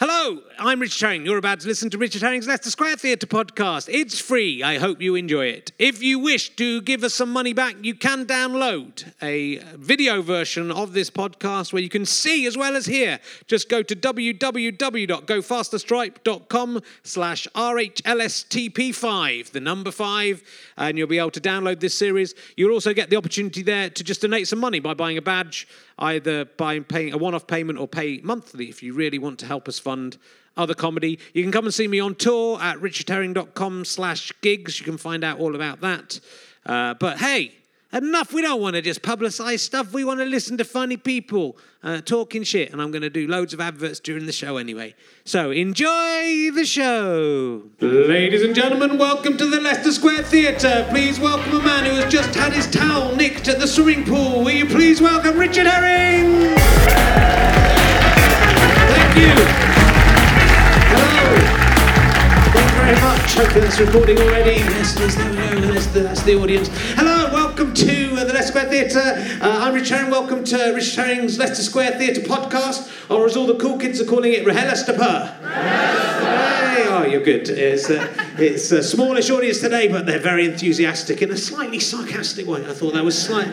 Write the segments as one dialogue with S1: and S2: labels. S1: Hello, I'm Richard Herring. You're about to listen to Richard Herring's Leicester Square Theatre podcast. It's free. I hope you enjoy it. If you wish to give us some money back, you can download a video version of this podcast where you can see as well as hear. Just go to www.gofasterstripe.com slash RHLSTP5, the number five, and you'll be able to download this series. You'll also get the opportunity there to just donate some money by buying a badge either by paying a one off payment or pay monthly if you really want to help us fund other comedy. You can come and see me on tour at richardherring.com slash gigs. You can find out all about that. Uh, but hey, enough. We don't want to just publicise stuff. We want to listen to funny people uh, talking shit. And I'm going to do loads of adverts during the show anyway. So enjoy the show. Ladies and gentlemen, welcome to the Leicester Square Theatre. Please welcome a man who has just had his towel nicked at the swimming pool. Will you please welcome Richard Herring? Thank you. Hello. Thank you very much. Hopefully that's recording already. Yes, yes, there we go. That's the, that's the audience. Hello, welcome to uh, the Leicester Square Theatre. Uh, I'm Richard Herring. Welcome to Richard Herring's Leicester Square Theatre podcast, or as all the cool kids are calling it, Rahelastapa. Hey, oh, you're good. It's a, it's a smallish audience today, but they're very enthusiastic in a slightly sarcastic way. I thought that was slight,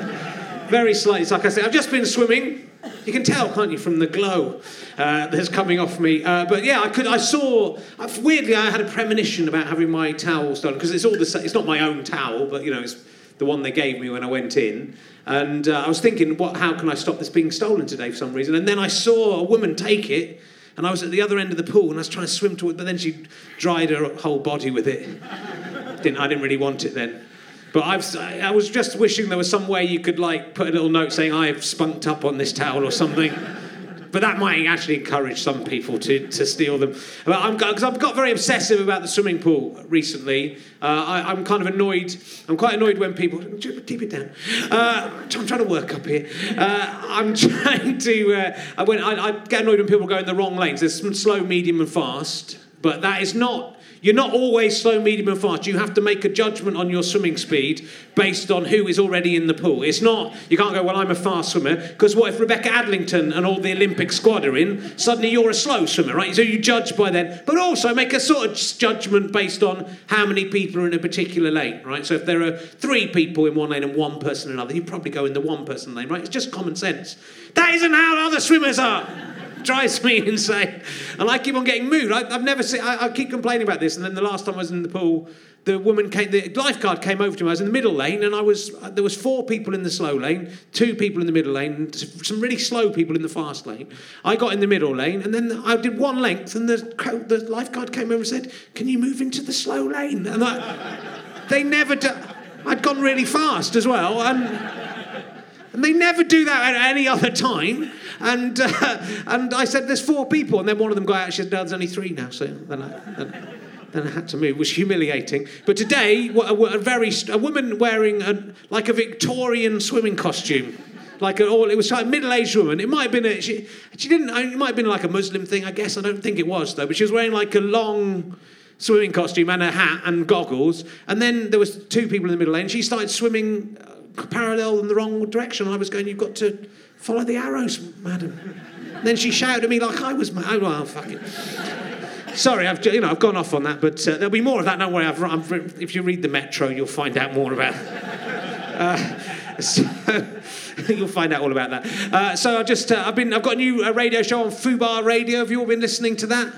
S1: very slightly sarcastic. I've just been swimming. You can tell, can't you, from the glow uh, that's coming off me. Uh, but yeah, I could. I saw. I've- Weirdly, I had a premonition about having my towels done because it's all the. sa- It's not my own towel, but you know, it's the one they gave me when I went in. And uh, I was thinking, what? How can I stop this being stolen today for some reason? And then I saw a woman take it. And I was at the other end of the pool and I was trying to swim to it, but then she dried her whole body with it. didn't, I didn't really want it then. But I've, I I was just wishing there was some way you could like put a little note saying I've spunked up on this towel or something. But that might actually encourage some people to, to steal them. But I'm because I've got very obsessive about the swimming pool recently. Uh, I, I'm kind of annoyed. I'm quite annoyed when people deep it down. Uh, I'm trying to work up here. Uh, I'm trying to. Uh, I, when, I, I get annoyed when people go in the wrong lanes. There's some slow, medium, and fast. But that is not you're not always slow, medium, and fast. You have to make a judgment on your swimming speed based on who is already in the pool. It's not, you can't go, well, I'm a fast swimmer, because what if Rebecca Adlington and all the Olympic squad are in? Suddenly you're a slow swimmer, right? So you judge by then. But also make a sort of judgment based on how many people are in a particular lane, right? So if there are three people in one lane and one person in another, you probably go in the one person lane, right? It's just common sense. That isn't how other swimmers are drives me insane. And I keep on getting moved. I, I've never seen, I, I keep complaining about this. And then the last time I was in the pool, the woman came, the lifeguard came over to me. I was in the middle lane and I was, there was four people in the slow lane, two people in the middle lane, and some really slow people in the fast lane. I got in the middle lane and then I did one length and the, co- the lifeguard came over and said, can you move into the slow lane? And I, they never, do, I'd gone really fast as well. And, and they never do that at any other time. And uh, and I said, "There's four people," and then one of them got out. and She said, "No, there's only three now." So then I then, then I had to move. It was humiliating. But today, wa- a, a very st- a woman wearing a, like a Victorian swimming costume. Like a, all, it was like a middle-aged woman. It might have been a she, she didn't. It might have been like a Muslim thing, I guess. I don't think it was though. But she was wearing like a long, swimming costume and a hat and goggles. And then there was two people in the middle lane. She started swimming uh, parallel in the wrong direction. I was going, "You've got to follow the arrows, madam." And then she shouted at me like I was mad. Oh, well, fuck it. Sorry, I've ju- you know I've gone off on that, but uh, there'll be more of that. Don't worry. I've, I've, if you read the Metro, you'll find out more about. Uh, so you'll find out all about that. Uh, so I just uh, I've been I've got a new uh, radio show on Fubar Radio. Have you all been listening to that?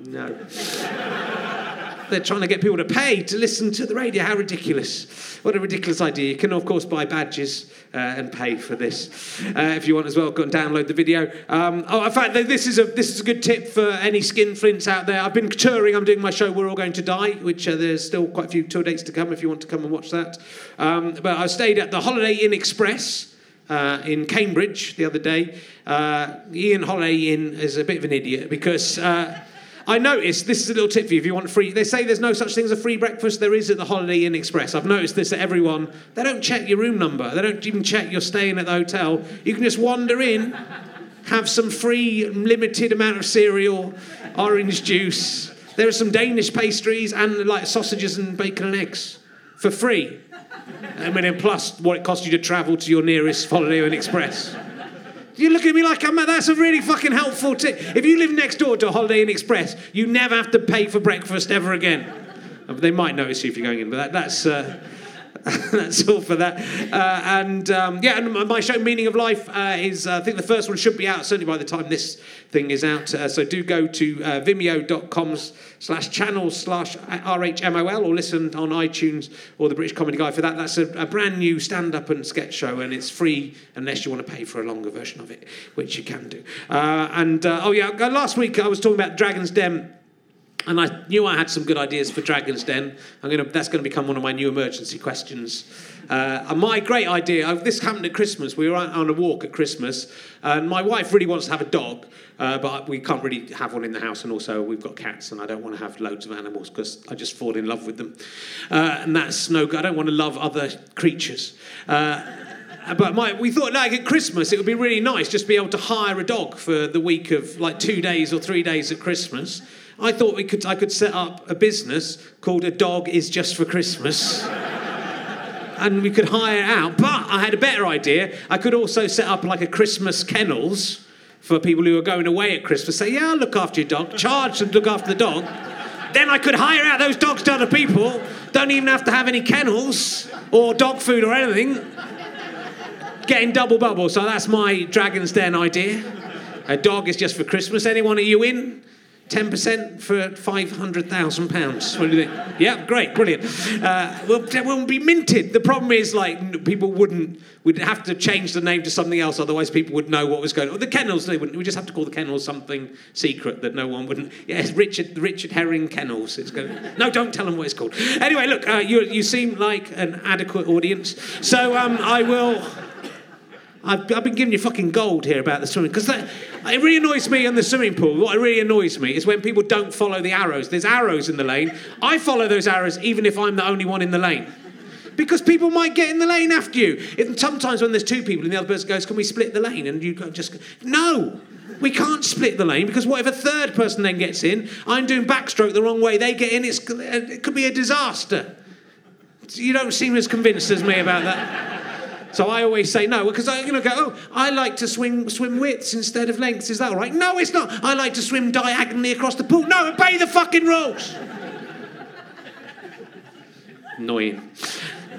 S1: No they're trying to get people to pay to listen to the radio. How ridiculous. What a ridiculous idea. You can, of course, buy badges uh, and pay for this uh, if you want as well. Go and download the video. Um, oh, in fact, th- this is, a, this is a good tip for any skin flints out there. I've been touring. I'm doing my show We're All Going to Die, which uh, there's still quite a few tour dates to come if you want to come and watch that. Um, but I stayed at the Holiday Inn Express uh, in Cambridge the other day. Uh, Ian Holley in is a bit of an idiot because uh, I noticed this is a little tip for you if you want free. They say there's no such thing as a free breakfast. There is at the Holiday Inn Express. I've noticed this at everyone. They don't check your room number. They don't even check you're staying at the hotel. You can just wander in, have some free limited amount of cereal, orange juice. There are some Danish pastries and like sausages and bacon and eggs for free. I mean, and plus what it costs you to travel to your nearest Holiday Inn Express. You look at me like I'm. That's a really fucking helpful tip. If you live next door to a Holiday Inn Express, you never have to pay for breakfast ever again. Uh, They might notice you if you're going in, but that, that's. Uh, that's all for that. Uh, and um, yeah, and my- my show Meaning of Life uh, is, uh, I think the first one should be out certainly by the time this thing is out. Uh, so do go to uh, vimeo.com slash channel slash RHMOL or listen on iTunes or the British Comedy Guide for that. That's a, a brand new stand up and sketch show and it's free unless you want to pay for a longer version of it, which you can do. Uh, and uh, oh, yeah, last week I was talking about Dragon's Den. And I knew I had some good ideas for Dragon's Den. I'm gonna, that's going to become one of my new emergency questions. Uh, and my great idea, uh, this happened at Christmas. We were out on a walk at Christmas, and my wife really wants to have a dog, uh, but we can't really have one in the house. And also, we've got cats, and I don't want to have loads of animals because I just fall in love with them. Uh, and that's no good. I don't want to love other creatures. Uh, but my, we thought like at Christmas it would be really nice just to be able to hire a dog for the week of like two days or three days at Christmas. I thought we could I could set up a business called A Dog Is Just for Christmas. and we could hire it out. But I had a better idea. I could also set up like a Christmas kennels for people who are going away at Christmas. Say, yeah, I'll look after your dog. Charge them to look after the dog. Then I could hire out those dogs to other people. Don't even have to have any kennels or dog food or anything getting double bubble. So that's my Dragon's Den idea. A dog is just for Christmas. Anyone are you in? 10% for £500,000. What do you think? Yeah, great, brilliant. Uh, we'll, we'll be minted. The problem is, like, n- people wouldn't, we'd have to change the name to something else, otherwise, people would know what was going on. The kennels, they wouldn't. We just have to call the kennels something secret that no one wouldn't. Yes, Richard Richard Herring Kennels. It's going to, no, don't tell them what it's called. Anyway, look, uh, you, you seem like an adequate audience. So um, I will. I've, I've been giving you fucking gold here about the swimming because it really annoys me in the swimming pool. What really annoys me is when people don't follow the arrows. There's arrows in the lane. I follow those arrows even if I'm the only one in the lane. Because people might get in the lane after you. If, sometimes when there's two people and the other person goes, Can we split the lane? And you go, just go, No, we can't split the lane because what if a third person then gets in? I'm doing backstroke the wrong way, they get in, it's, it could be a disaster. You don't seem as convinced as me about that. So I always say no because I, you know, go. Oh, I like to swim swim widths instead of lengths. Is that all right? No, it's not. I like to swim diagonally across the pool. No, obey the fucking rules. Annoying.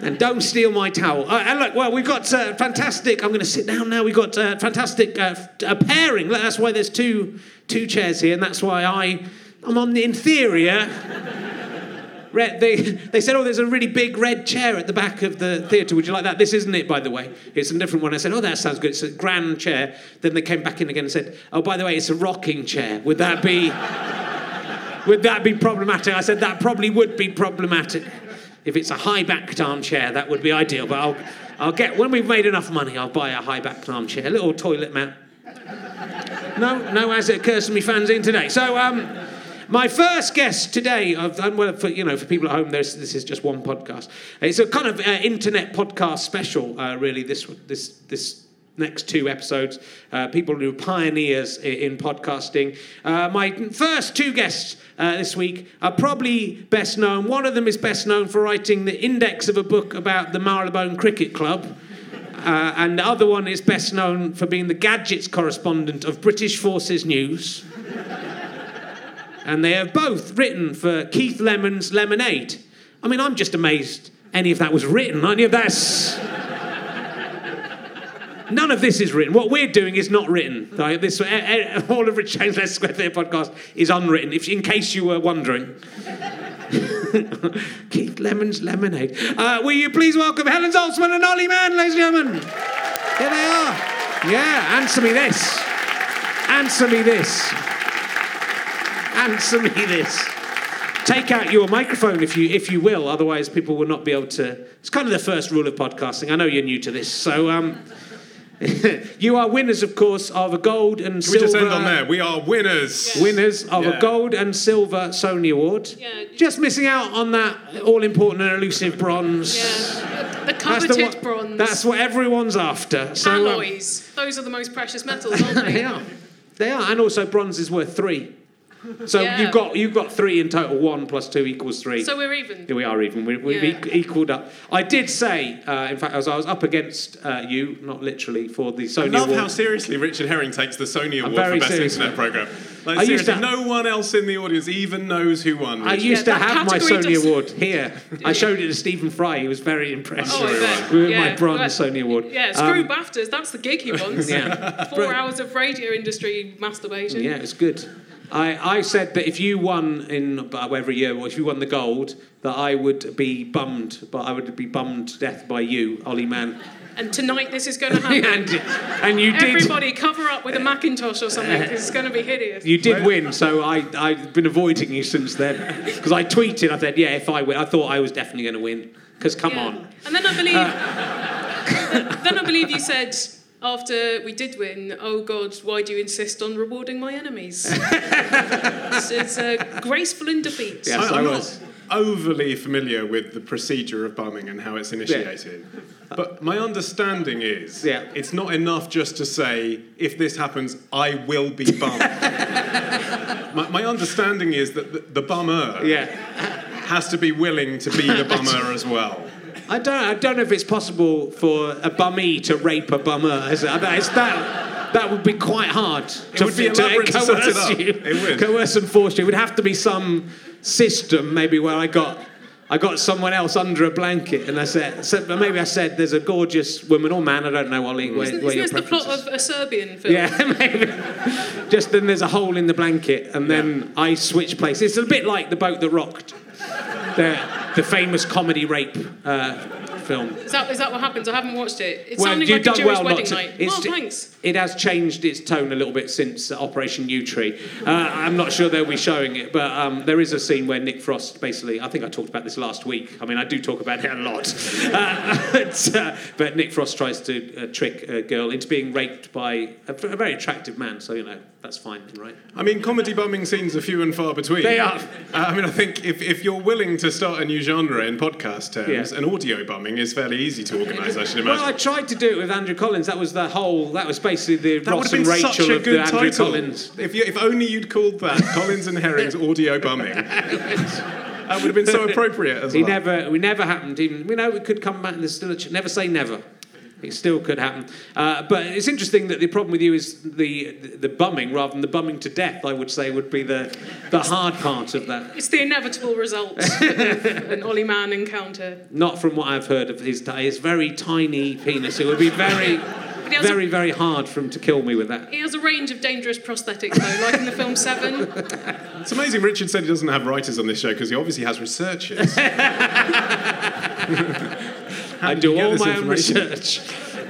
S1: And don't steal my towel. Uh, and look, well, we've got uh, fantastic. I'm going to sit down now. We've got uh, fantastic uh, f- a pairing. That's why there's two two chairs here, and that's why I I'm on the inferior red, they, they said, oh, there's a really big red chair at the back of the theatre. Would you like that? This isn't it, by the way. It's a different one. I said, oh, that sounds good. It's a grand chair. Then they came back in again and said, oh, by the way, it's a rocking chair. Would that be, would that be problematic? I said, that probably would be problematic. If it's a high-backed armchair, that would be ideal. But I'll, I'll get, when we've made enough money, I'll buy a high-backed armchair, a little toilet mat. No, no, as it occurs to me, fans in today. So, um, my first guest today, I've, i well, for, you know, for people at home, there's, this is just one podcast. It's a kind of uh, internet podcast special, uh, really. This this this next two episodes, uh, people who are pioneers in, in podcasting. Uh, my first two guests uh, this week are probably best known. One of them is best known for writing the index of a book about the Marylebone Cricket Club. Uh, and the other one is best known for being the gadgets correspondent of British Forces News. and they have both written for Keith Lemon's Lemonade. I mean, I'm just amazed any of that was written. Any of that's. None of this is written. What we're doing is not written. Like this, eh, eh, all of Rich James Let's Square Theatre podcast is unwritten, if, in case you were wondering. Keith Lemon's Lemonade. Uh, will you please welcome Helen Zaltzman and Ollie Mann, ladies and gentlemen? Here they are. Yeah, answer me this. Answer me this. Answer me this. Take out your microphone if you if you will, otherwise people will not be able to. It's kind of the first rule of podcasting. I know you're new to this, so um, you are winners, of course, of a gold and
S2: We
S1: silver.
S2: just end on there. We are winners.
S1: Winners of a
S2: Yeah.
S1: gold and silver Sony Award.
S3: Yeah.
S1: Just missing out on that all important and elusive bronze.
S3: Yeah, the, the
S1: That's
S3: coveted
S1: the one-
S3: bronze.
S1: That's what everyone's after. So, um,
S3: alloys. Those are the most precious metals, aren't
S1: they
S3: they?
S1: are. They are. And also, bronze is worth three. So
S3: Yeah.
S1: you've got you've got three in total. One plus two equals three.
S3: So we're even.
S1: Yeah, we are even. We, we've
S3: Yeah.
S1: equ- equalled up. I did say, uh, in fact, as I was up against uh, you, not literally, for the
S2: I
S1: Sony
S2: love
S1: Award.
S2: how seriously Richard Herring takes the Sony Award
S1: very
S2: for Best
S1: serious.
S2: Internet Programme. Like,
S1: I used
S2: seriously,
S1: to-
S2: no one else in the audience even knows who won.
S1: I
S2: Richard.
S1: used
S3: Yeah,
S1: to
S3: that
S1: have my
S3: category
S1: Sony
S3: doesn't-
S1: Award here. I showed it to Stephen Fry. He was very impressed
S3: Oh, I bet.
S1: with my
S3: Yeah.
S1: bronze Sony Award.
S3: Yeah, screw BAFTAs. That's the gig he wants.
S1: um, yeah.
S3: Four hours of radio industry masturbation.
S1: Yeah, it's good. I, I said that if you won in about every year, or if you won the gold, that I would be bummed, but I would be bummed to death by you, Ollie Man.
S3: And tonight this is going to happen.
S1: and and you did
S3: Everybody cover up with a Macintosh or something because it's going to be hideous.
S1: you did win, so I I've been avoiding you since then because I tweeted I said yeah if I win I thought I was definitely going to win because come
S3: Yeah.
S1: on
S3: And then I believe, then I believe you said after we did win, "Oh God, why do you insist on rewarding my enemies?" it's it's uh, graceful in defeat.
S1: Yeah. Yes,
S2: I,
S1: I
S2: am
S1: was.
S2: not overly familiar with the procedure of bumming and how it's initiated. But my understanding is
S1: Yeah.
S2: it's not enough just to say, if this happens, I will be bummed. my, my understanding is that the, the bummer
S1: yeah.
S2: has to be willing to be the bummer as well.
S1: I don't. I don't know if it's possible for a bummy to rape a bummer. Is it? I mean, it's that. That would be quite hard to,
S2: would be
S1: to
S2: elaborate to set it up.
S1: you,
S2: It would.
S1: coerce and force you. It would have to be some system, maybe where I got, I got someone else under a blanket, and I said, said maybe I said, "There's a gorgeous woman or man. I don't know, Ollie. Where,
S3: Isn't
S1: where your
S3: this the plot
S1: preference is."
S3: of a Serbian film?
S1: Yeah, maybe. Just then there's a hole in the blanket, and then I switch places. It's a bit like the boat that rocked, the, the famous comedy rape uh, film.
S3: Is that, is that what happens? I haven't watched it. It's sounding like a Jewish wedding night.
S1: it's-
S3: oh, thanks.
S1: It has changed its tone a little bit since Operation U Tree. Uh, I'm not sure they'll be showing it, but um, there is a scene where Nick Frost basically, I think I talked about this last week. I mean, I do talk about it a lot. Uh, but, uh, but Nick Frost tries to uh, trick a girl into being raped by a, a very attractive man, so, you know, that's fine, right?
S2: I mean, comedy bumming scenes are few and far between.
S1: They are.
S2: Uh, I mean, I think if, if you're willing to start a new genre in podcast terms,
S1: Yeah.
S2: an audio bumming is fairly easy to organise, I should imagine.
S1: Well, I tried to do it with Andrew Collins. That was the whole, that was basically the
S2: That would
S1: Ross
S2: have been
S1: and Rachel
S2: such a
S1: of the
S2: good
S1: Andrew
S2: title.
S1: Collins.
S2: If, you, if only you'd called that Collins and Herring's audio bumming. that would have been so appropriate as
S1: He
S2: well.
S1: never, we never happened. Even we know it could come back. And there's still a ch- never say never. It still could happen. Uh, but it's interesting that the problem with you is the the bumming rather than the bumming to death. I would say would be the the hard part of that.
S3: It's the inevitable result of an Ollie Man encounter.
S1: Not from what I've heard of his ti- his very tiny penis. It would be very.
S3: he has a-
S1: Very, very hard for him to kill me with that.
S3: He has a range of dangerous prosthetics, though, like in the film Seven.
S2: It's amazing Richard said he doesn't have writers on this show because he obviously has researchers.
S1: I
S2: did you
S1: do
S2: get
S1: all
S2: this
S1: my own
S2: information?
S1: research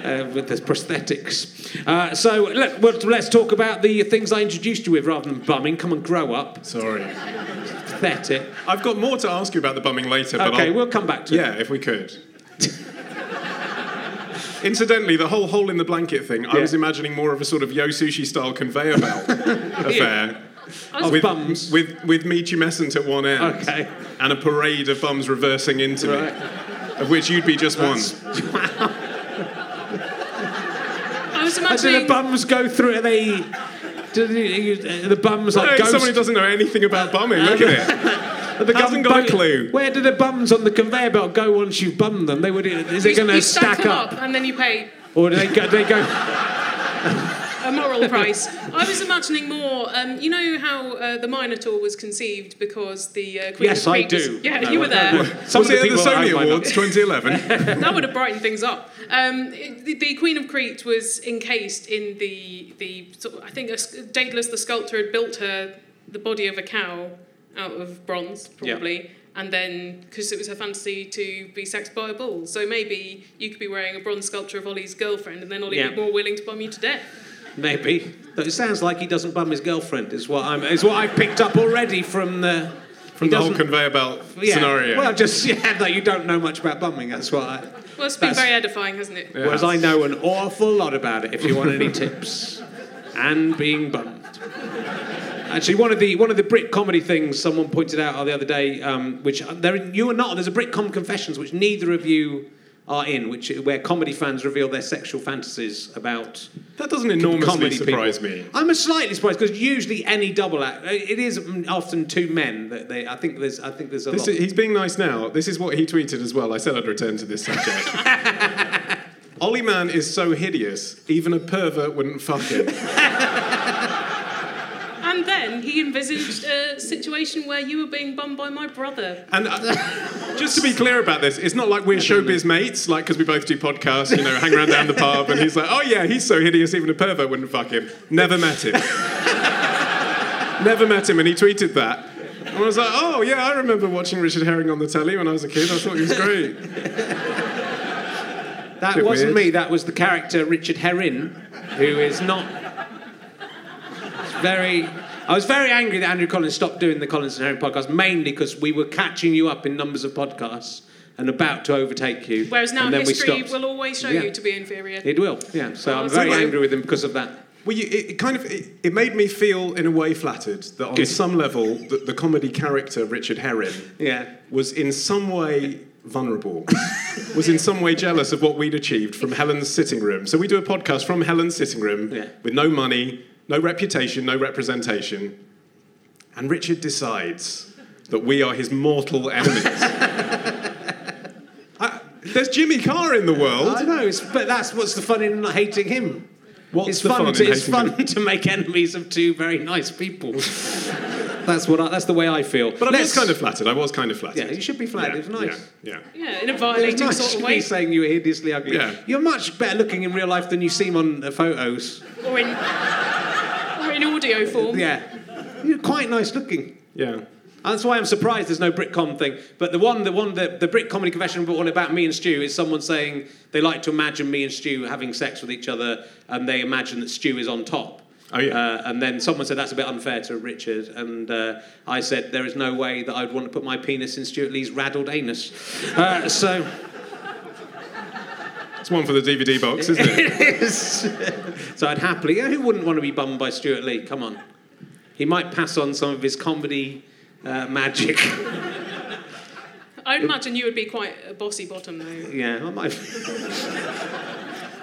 S1: uh, with the prosthetics. Uh, so let, well, let's talk about the things I introduced you with rather than bumming. Come and grow up.
S2: Sorry.
S1: Pathetic.
S2: I've got more to ask you about the bumming later, but
S1: Okay,
S2: I'll,
S1: we'll come back to it.
S2: yeah, if we could. Incidentally, the whole hole in the blanket thing, I
S1: Yeah.
S2: was imagining more of a sort of Yo Sushi style conveyor belt affair.
S1: Of
S2: With,
S1: bums.
S2: with with me tumescent at one end.
S1: Okay.
S2: and a parade of bums reversing into
S1: Right.
S2: me, of which you'd be just one.
S3: I was
S1: And do
S3: imagining.
S1: the bums go through? Are they? Do the, uh, the bums like
S2: Hey,
S1: ghosts?
S2: someone who doesn't know anything about bumming, look at it.
S1: the
S2: hasn't got a clue.
S1: Where do the bums on the conveyor belt go once you've bummed them? They would. Is it
S3: you-
S1: going
S3: you
S1: to stack
S3: them
S1: up,
S3: and then you pay
S1: or do they go? They go.
S3: a moral price. I was imagining more. Um, you know how uh, the Minotaur was conceived because the uh, Queen
S1: Yes,
S3: of
S1: I
S3: Crete was-
S1: do.
S3: Yeah,
S1: No,
S3: you were
S1: I don't
S3: there.
S1: know. Some of
S2: was
S1: the
S2: it at the
S1: people at
S2: Sony
S1: home might
S2: Awards 2011?
S3: that would have brightened things up. Um, it- the, the Queen of Crete was encased in the the sort of, I think a, sc- Daedalus the sculptor had built her the body of a cow out of bronze
S1: Yeah.
S3: probably. And then, because it was her fantasy to be sexed by a bull, so maybe you could be wearing a bronze sculpture of Ollie's girlfriend, and then Ollie
S1: Yeah.
S3: would be more willing to bum you to death.
S1: Maybe. Though it sounds like he doesn't bum his girlfriend. Is what I'm. Is what I picked up already from the.
S2: From
S1: he
S2: the whole
S1: doesn't-
S2: conveyor belt
S1: yeah.
S2: scenario.
S1: Well, just yeah, that you don't know much about bumming. That's what. I,
S3: Well, it's been
S1: That's-
S3: very edifying, hasn't it?
S1: Whereas I know an awful lot about it. If you want any tips, and being bummed. Actually, one of the one of the Brit comedy things someone uh, pointed out the other day, um, which there you are not. There's a Britcom Confessions, which neither of you are in, which where comedy fans reveal their sexual fantasies about
S2: That doesn't enormously
S1: comedy
S2: surprise
S1: people.
S2: me.
S1: I'm a slightly surprised because usually any double act, uh, it is often two men that they. I think there's. I think there's a
S2: This
S1: lot.
S2: is, he's being nice now. This is what he tweeted as well. I said I'd return to this subject. Ollie Man is so hideous, even a pervert wouldn't fuck him.
S3: And then he envisaged a situation where you were being bummed by my brother.
S2: And uh, just to be clear about this, it's not like we're showbiz mates, like because we both do podcasts, you know, hang around down the pub, and he's like, oh yeah, he's so hideous, even a pervert wouldn't fuck him. Never met him. Never met him, and he tweeted that. And I was like, oh yeah, I remember watching Richard Herring on the telly when I was a kid. I thought he was great.
S1: That
S2: bit
S1: wasn't
S2: weird.
S1: me. That was the character Richard Herrin, who is not It's very. I was very angry that Andrew Collins stopped doing the Collins and Herring podcast, mainly because we were catching you up in numbers of podcasts and about to overtake you.
S3: Whereas now
S1: and then we
S3: history
S1: stopped.
S3: will always show
S1: Yeah.
S3: you to be inferior.
S1: It will, yeah. So
S3: Oh,
S1: I'm
S3: that's
S1: very
S2: okay.
S1: angry with him because of that.
S2: Well, you, it, it kind of it, it made me feel in a way flattered that on
S1: Good.
S2: some level that the comedy character Richard Herring
S1: Yeah.
S2: was in some way vulnerable, was in some way jealous of what we'd achieved from Helen's sitting room. So we do a podcast from Helen's sitting room
S1: Yeah.
S2: with no money, no reputation, no representation. And Richard decides that we are his mortal enemies. I- there's Jimmy Carr in the
S1: I
S2: world.
S1: know, it's, but that's what's the fun in not hating him.
S2: What's
S1: it's
S2: the
S1: fun.
S2: fun
S1: to,
S2: in
S1: it's
S2: hating
S1: fun
S2: him?
S1: to make enemies of two very nice people. that's what. I, that's the way I feel.
S2: But I was
S1: Let's-
S2: kind of flattered. I was kind of flattered.
S1: Yeah, you should be flattered. It was nice.
S2: Yeah. yeah.
S3: Yeah, in a
S1: It
S3: violating
S1: was nice
S3: sort of
S1: to
S3: way.
S1: be saying you were hideously ugly.
S2: Yeah.
S1: You're much better looking in real life than you seem on the photos.
S3: Or in, or in audio form.
S1: Yeah, you're quite nice looking.
S2: Yeah.
S1: And that's why I'm surprised there's no Britcom thing. But the one, the one, the, the Brit comedy confession, but one about me and Stu is someone saying they like to imagine me and Stu having sex with each other, and they imagine that Stu is on top.
S2: Oh, yeah.
S1: Uh, and then someone said that's a bit unfair to Richard, and uh, I said there is no way that I'd want to put my penis in Stuart Lee's raddled anus. Uh, so.
S2: It's one for the DVD box, isn't it?
S1: It is. so I'd happily. Who wouldn't want to be bummed by Stuart Lee? Come on. He might pass on some of his comedy uh, magic.
S3: I imagine you would be quite a bossy bottom, though.
S1: yeah, I might.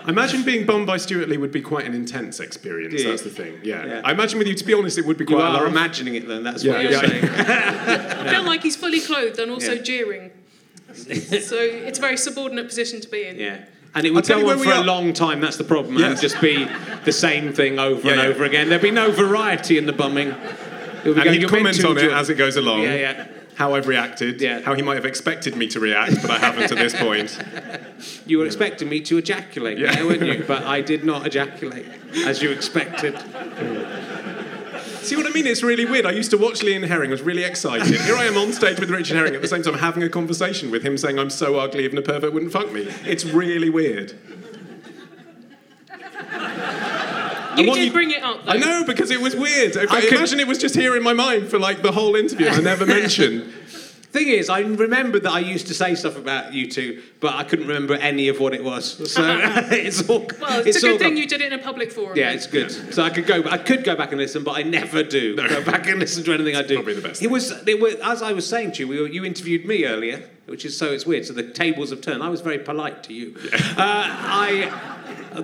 S2: I imagine being bummed by Stuart Lee would be quite an intense experience.
S1: Yeah.
S2: That's the thing. Yeah.
S1: Yeah.
S2: I imagine with you, to be honest, it would be
S1: You
S2: quite a
S1: are
S2: lot.
S1: imagining it then. That's
S2: Yeah,
S1: what you're
S2: yeah.
S1: saying.
S3: I feel like he's fully clothed and also
S1: Yeah.
S3: jeering. so it's a very subordinate position to be in.
S1: yeah. And it
S2: I'll
S1: would
S2: tell you
S1: go
S2: where
S1: on
S2: we
S1: for a
S2: are.
S1: long time. That's the problem. And
S2: Yes.
S1: just be the same thing over
S2: Yeah,
S1: and
S2: yeah.
S1: over again. There'd be no variety in the bumming. It would be
S2: And
S1: going,
S2: he'd
S1: "You're meant
S2: comment
S1: to
S2: on it
S1: enjoy-"
S2: as it goes along.
S1: Yeah, yeah.
S2: How I've reacted.
S1: Yeah.
S2: How he might have expected me to react, but I haven't to this point.
S1: You were expecting me to ejaculate,
S2: Yeah.
S1: there, weren't you? But I did not ejaculate as you expected.
S2: See what I mean? It's really weird. I used to watch Lee and Herring. I was really excited. Here I am on stage with Richard Herring at the same time having a conversation with him saying I'm so ugly even a pervert wouldn't fuck me. It's really weird.
S3: You
S2: want
S3: did
S2: you-
S3: bring it up, though.
S2: I know because it was weird. I,
S1: I could-
S2: imagine it was just here in my mind for like the whole interview. I never mentioned.
S1: Thing is, I remembered that I used to say stuff about you two, but I couldn't remember any of what it was. So it's all.
S3: Well, it's, a
S1: all
S3: good thing
S1: gone.
S3: you did it in a public forum.
S1: Yeah, it's good. So I could go. I could go back and listen, but I never do. Go back and listen to anything I do.
S2: probably the best
S1: It was. It was as I was saying to you. We were, you interviewed me earlier, which is so it's weird. So the tables have turned. I was very polite to you. Uh, I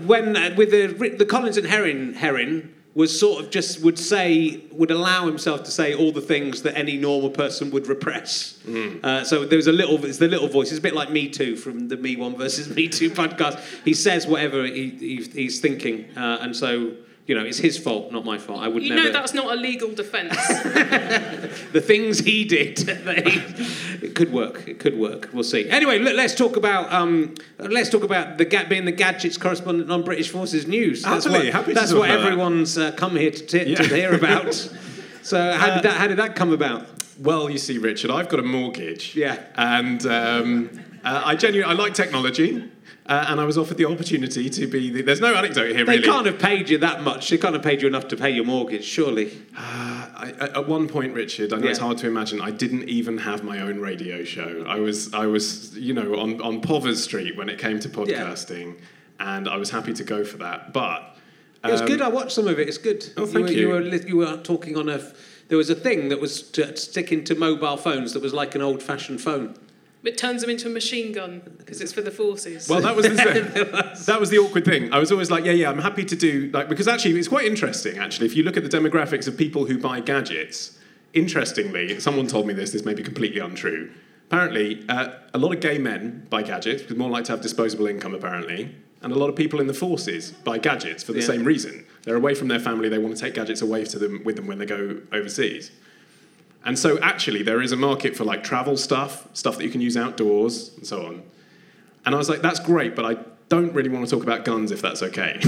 S1: when uh, with the Ri- the Collins and Herring Herring was sort of just would say would allow himself to say all the things that any normal person would repress. Uh, so there was a little it's the little voice. It's a bit like Me Too from the Me One versus Me Two podcast. He says whatever he, he, he's thinking, uh, and so you know it's his fault, not my fault. I would
S3: You
S1: never.
S3: know that's not a legal defence.
S1: the things he did. that he- it could work. It could work. We'll see. Anyway, look, let's talk about um, let's talk about the gap being the gadgets correspondent on British Forces News.
S2: Happily,
S1: what,
S2: happy to
S1: that's
S2: talk
S1: what
S2: about that.
S1: everyone's uh, come here to, t- to
S2: Yeah.
S1: hear about. so how did that how did that come about?
S2: Well, you see, Richard, I've got a mortgage.
S1: Yeah.
S2: And um, uh, I genuinely, I like technology. Uh, and I was offered the opportunity to be the, there's no anecdote here
S1: They
S2: really.
S1: can't have paid you that much. They can't have paid you enough to pay your mortgage, surely.
S2: I, I- at one point, Richard, I know it's
S1: Yeah.
S2: hard to imagine. I didn't even have my own radio show. I was, I was, you know, on on Povers Street when it came to podcasting, and I was happy to go for that. But
S1: It was good. I watched some of it. It's good.
S2: Um, Oh, thank
S1: were,
S2: you.
S1: were, li- you were talking on a. f- There was a thing that was to stick into mobile phones that was like an old-fashioned phone.
S3: but turns them into a machine gun because it's for the forces.
S2: Well, that was the thing. that was the awkward thing. I was always like, yeah, yeah, I'm happy to do like because actually it's quite interesting. Actually, if you look at the demographics of people who buy gadgets, interestingly, someone told me this. This may be completely untrue. Apparently, uh, a lot of gay men buy gadgets because more like to have disposable income. Apparently, and a lot of people in the forces buy gadgets for the
S1: Yeah.
S2: same reason. They're away from their family. They want to take gadgets away to them with them when they go overseas. And so actually there is a market for like travel stuff, stuff that you can use outdoors and so on. And I was like, that's great, but I don't really want to talk about guns if that's okay.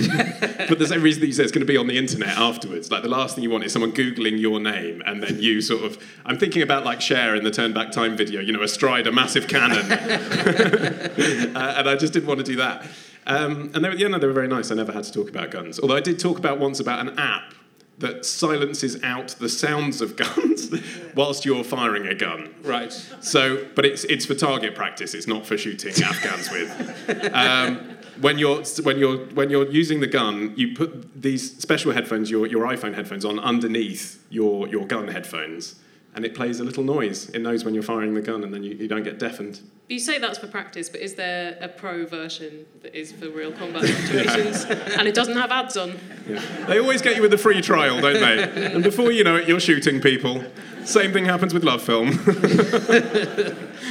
S2: but the same reason that you said it's going to be on the internet afterwards. Like the last thing you want is someone Googling your name and then you sort of, I'm thinking about like Cher in the Turn Back Time video, you know, astride a massive cannon. Uh, and I just didn't want to do that. Um, and they were, yeah, no, they were very nice. I never had to talk about guns. Although I did talk about once about an app that silences out the sounds of guns whilst you're firing a gun.
S1: Right.
S2: So, but it's it's for target practice. It's not for shooting Afghans with. Um, when you're when you're when you're using the gun, you put these special headphones, your your iPhone headphones, on underneath your your gun headphones, and it plays a little noise. It knows when you're firing the gun, and then you, you don't get deafened.
S3: You say that's for practice, but is there a pro version that is for real combat situations and it doesn't have ads on?
S2: Yeah. They always get you with a free trial, don't they? And before you know it, you're shooting people. Same thing happens with Love Film.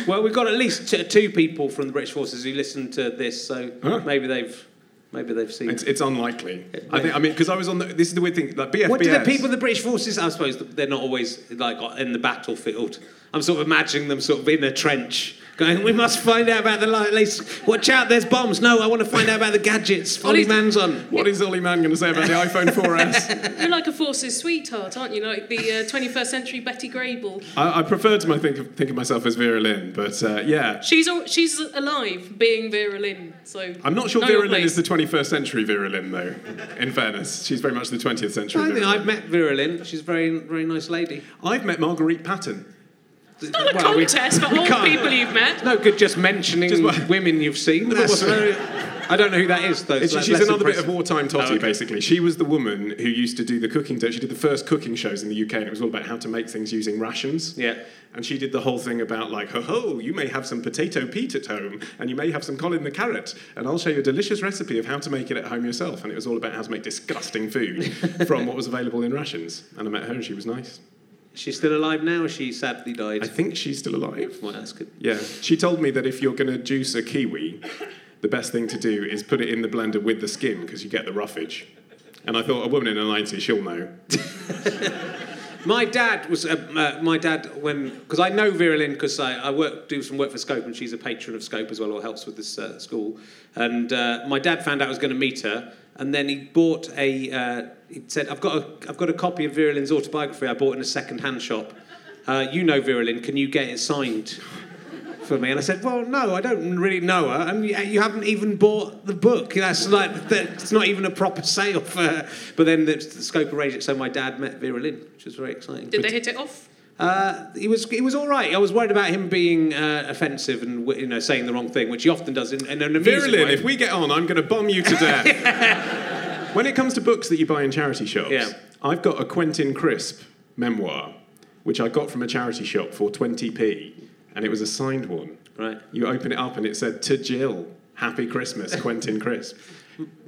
S1: Well, we've got at least t- two people from the British forces who listened to this, so
S2: Huh?
S1: maybe they've maybe they've seen.
S2: It's, it's unlikely. I think. I mean, because I was on. The, this is the weird thing. Like BFBS.
S1: What do the people of the British forces? I suppose they're not always like in the battlefield. I'm sort of imagining them sort of in a trench, going, "We must find out about the light. Least watch out, there's bombs. No, I want to find out about the gadgets. Ollie
S3: he's-
S1: Man's on.
S2: What is Ollie Mann going to say about the iPhone 4S?
S3: You're like a forces sweetheart, aren't you? Like the uh, 21st century Betty Grable.
S2: I, I prefer to my think of, think of myself as Vera Lynn, but uh, yeah.
S3: She's al- she's alive, being Vera Lynn. So
S2: I'm not sure
S3: know
S2: Vera
S3: your
S2: Lynn
S3: place.
S2: is the 21st century Vera Lynn, though, in fairness. She's very much the 20th century.
S1: I
S2: Vera
S1: think I've
S2: Lynn.
S1: met Vera Lynn. She's a very very nice lady.
S2: I've met Marguerite Patton.
S1: It's
S3: Not a contest for old people you've met.
S1: No good, just mentioning
S2: Just what-
S1: women you've seen. That's
S2: what's-
S1: very, I don't know who that is though. so
S2: It's-
S1: that's
S2: she's
S1: less
S2: another
S1: impressive. Oh,
S2: bit of wartime totty, basically. She was the woman who used to do the cooking. She did the first cooking shows in the UK, and it was all about how to make things using rations.
S1: Yeah.
S2: And she did the whole thing about like, ho ho, you may have some potato peat at home, and you may have some Colin the carrot, and I'll show you a delicious recipe of how to make it at home yourself. And it was all about how to make disgusting food from what was available in rations. And I met her, and she was nice.
S1: She's still alive now. or She sadly died.
S2: I think she's still alive.
S1: well, that's good.
S2: Yeah, she told me that if you're going to juice a kiwi, the best thing to do is put it in the blender with the skin because you get the roughage. And I thought, a woman in her 90s, she'll know.
S1: My dad was uh, uh, my dad when because I know Vera Lynn because I, I work do some work for Scope and she's a patron of Scope as well or helps with this uh, school and uh, my dad found out I was going to meet her and then he bought a uh, he said I've got a I've got a copy of Vera Lynn's autobiography I bought in a second hand shop uh, you know Vera Lynn can you get it signed for me and I said well no I don't really know her and you, you haven't even bought the book that's like that's not even a proper sale for her but then the, the Scope arranged it so my dad met Vera Lynn which was very exciting
S3: Did they hit it off?
S1: uh, he was he was all right. I was worried about him being uh, offensive and you know saying the wrong thing, which he often does in, in an amusing
S2: Vera Lynn,
S1: way.
S2: if we get on, I'm going to bomb you to death. when it comes to books that you buy in charity shops,
S1: Yeah.
S2: I've got a Quentin Crisp memoir, which I got from a charity shop for 20p, and it was a signed one.
S1: Right.
S2: You open it up and it said, To Jill, Happy Christmas, Quentin Crisp.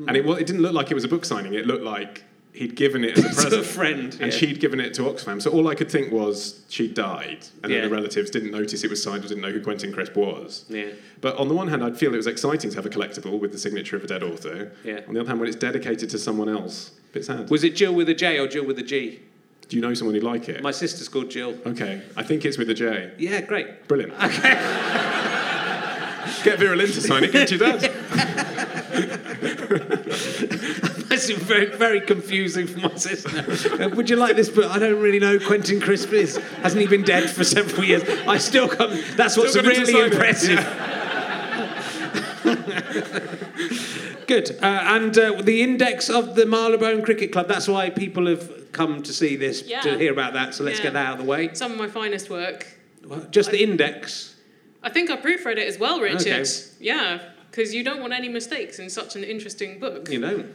S2: And it, wa- it didn't look like it was a book signing, it looked like he'd given it as a
S1: To a
S2: present.
S1: friend,
S2: And
S1: yeah.
S2: she'd given it to Oxfam. So all I could think was she died, and
S1: Yeah.
S2: then the relatives didn't notice it was signed or didn't know who Quentin Crisp was.
S1: Yeah.
S2: But on the one hand, I'd feel it was exciting to have a collectible with the signature of a dead author.
S1: Yeah.
S2: On the other hand, when it's dedicated to someone else, a bit sad.
S1: was it Jill with a J or Jill with a G?
S2: Do you know someone who'd like it?
S1: My sister's called Jill.
S2: okay, I think it's with a J.
S1: Yeah, great.
S2: Brilliant. Okay. Get Vera Lynn to sign it, get your dad.
S1: That's very very confusing for my sister. Uh, would you like this book? I don't really know who Quentin Crisp is. Hasn't he been dead for several years? I still come. That's what's
S2: got him to
S1: really
S2: sign it.
S1: impressive. Good. Uh, and uh, the index of the Marylebone Cricket Club. That's why people have come to see this to
S3: Yeah.
S1: hear about that. So let's
S3: Yeah.
S1: get that out of the way.
S3: Some of my finest work.
S1: Just the index.
S3: I think I proofread it as well, Richard.
S1: Okay.
S3: Yeah, because you don't want any mistakes in such an interesting book.
S1: You know.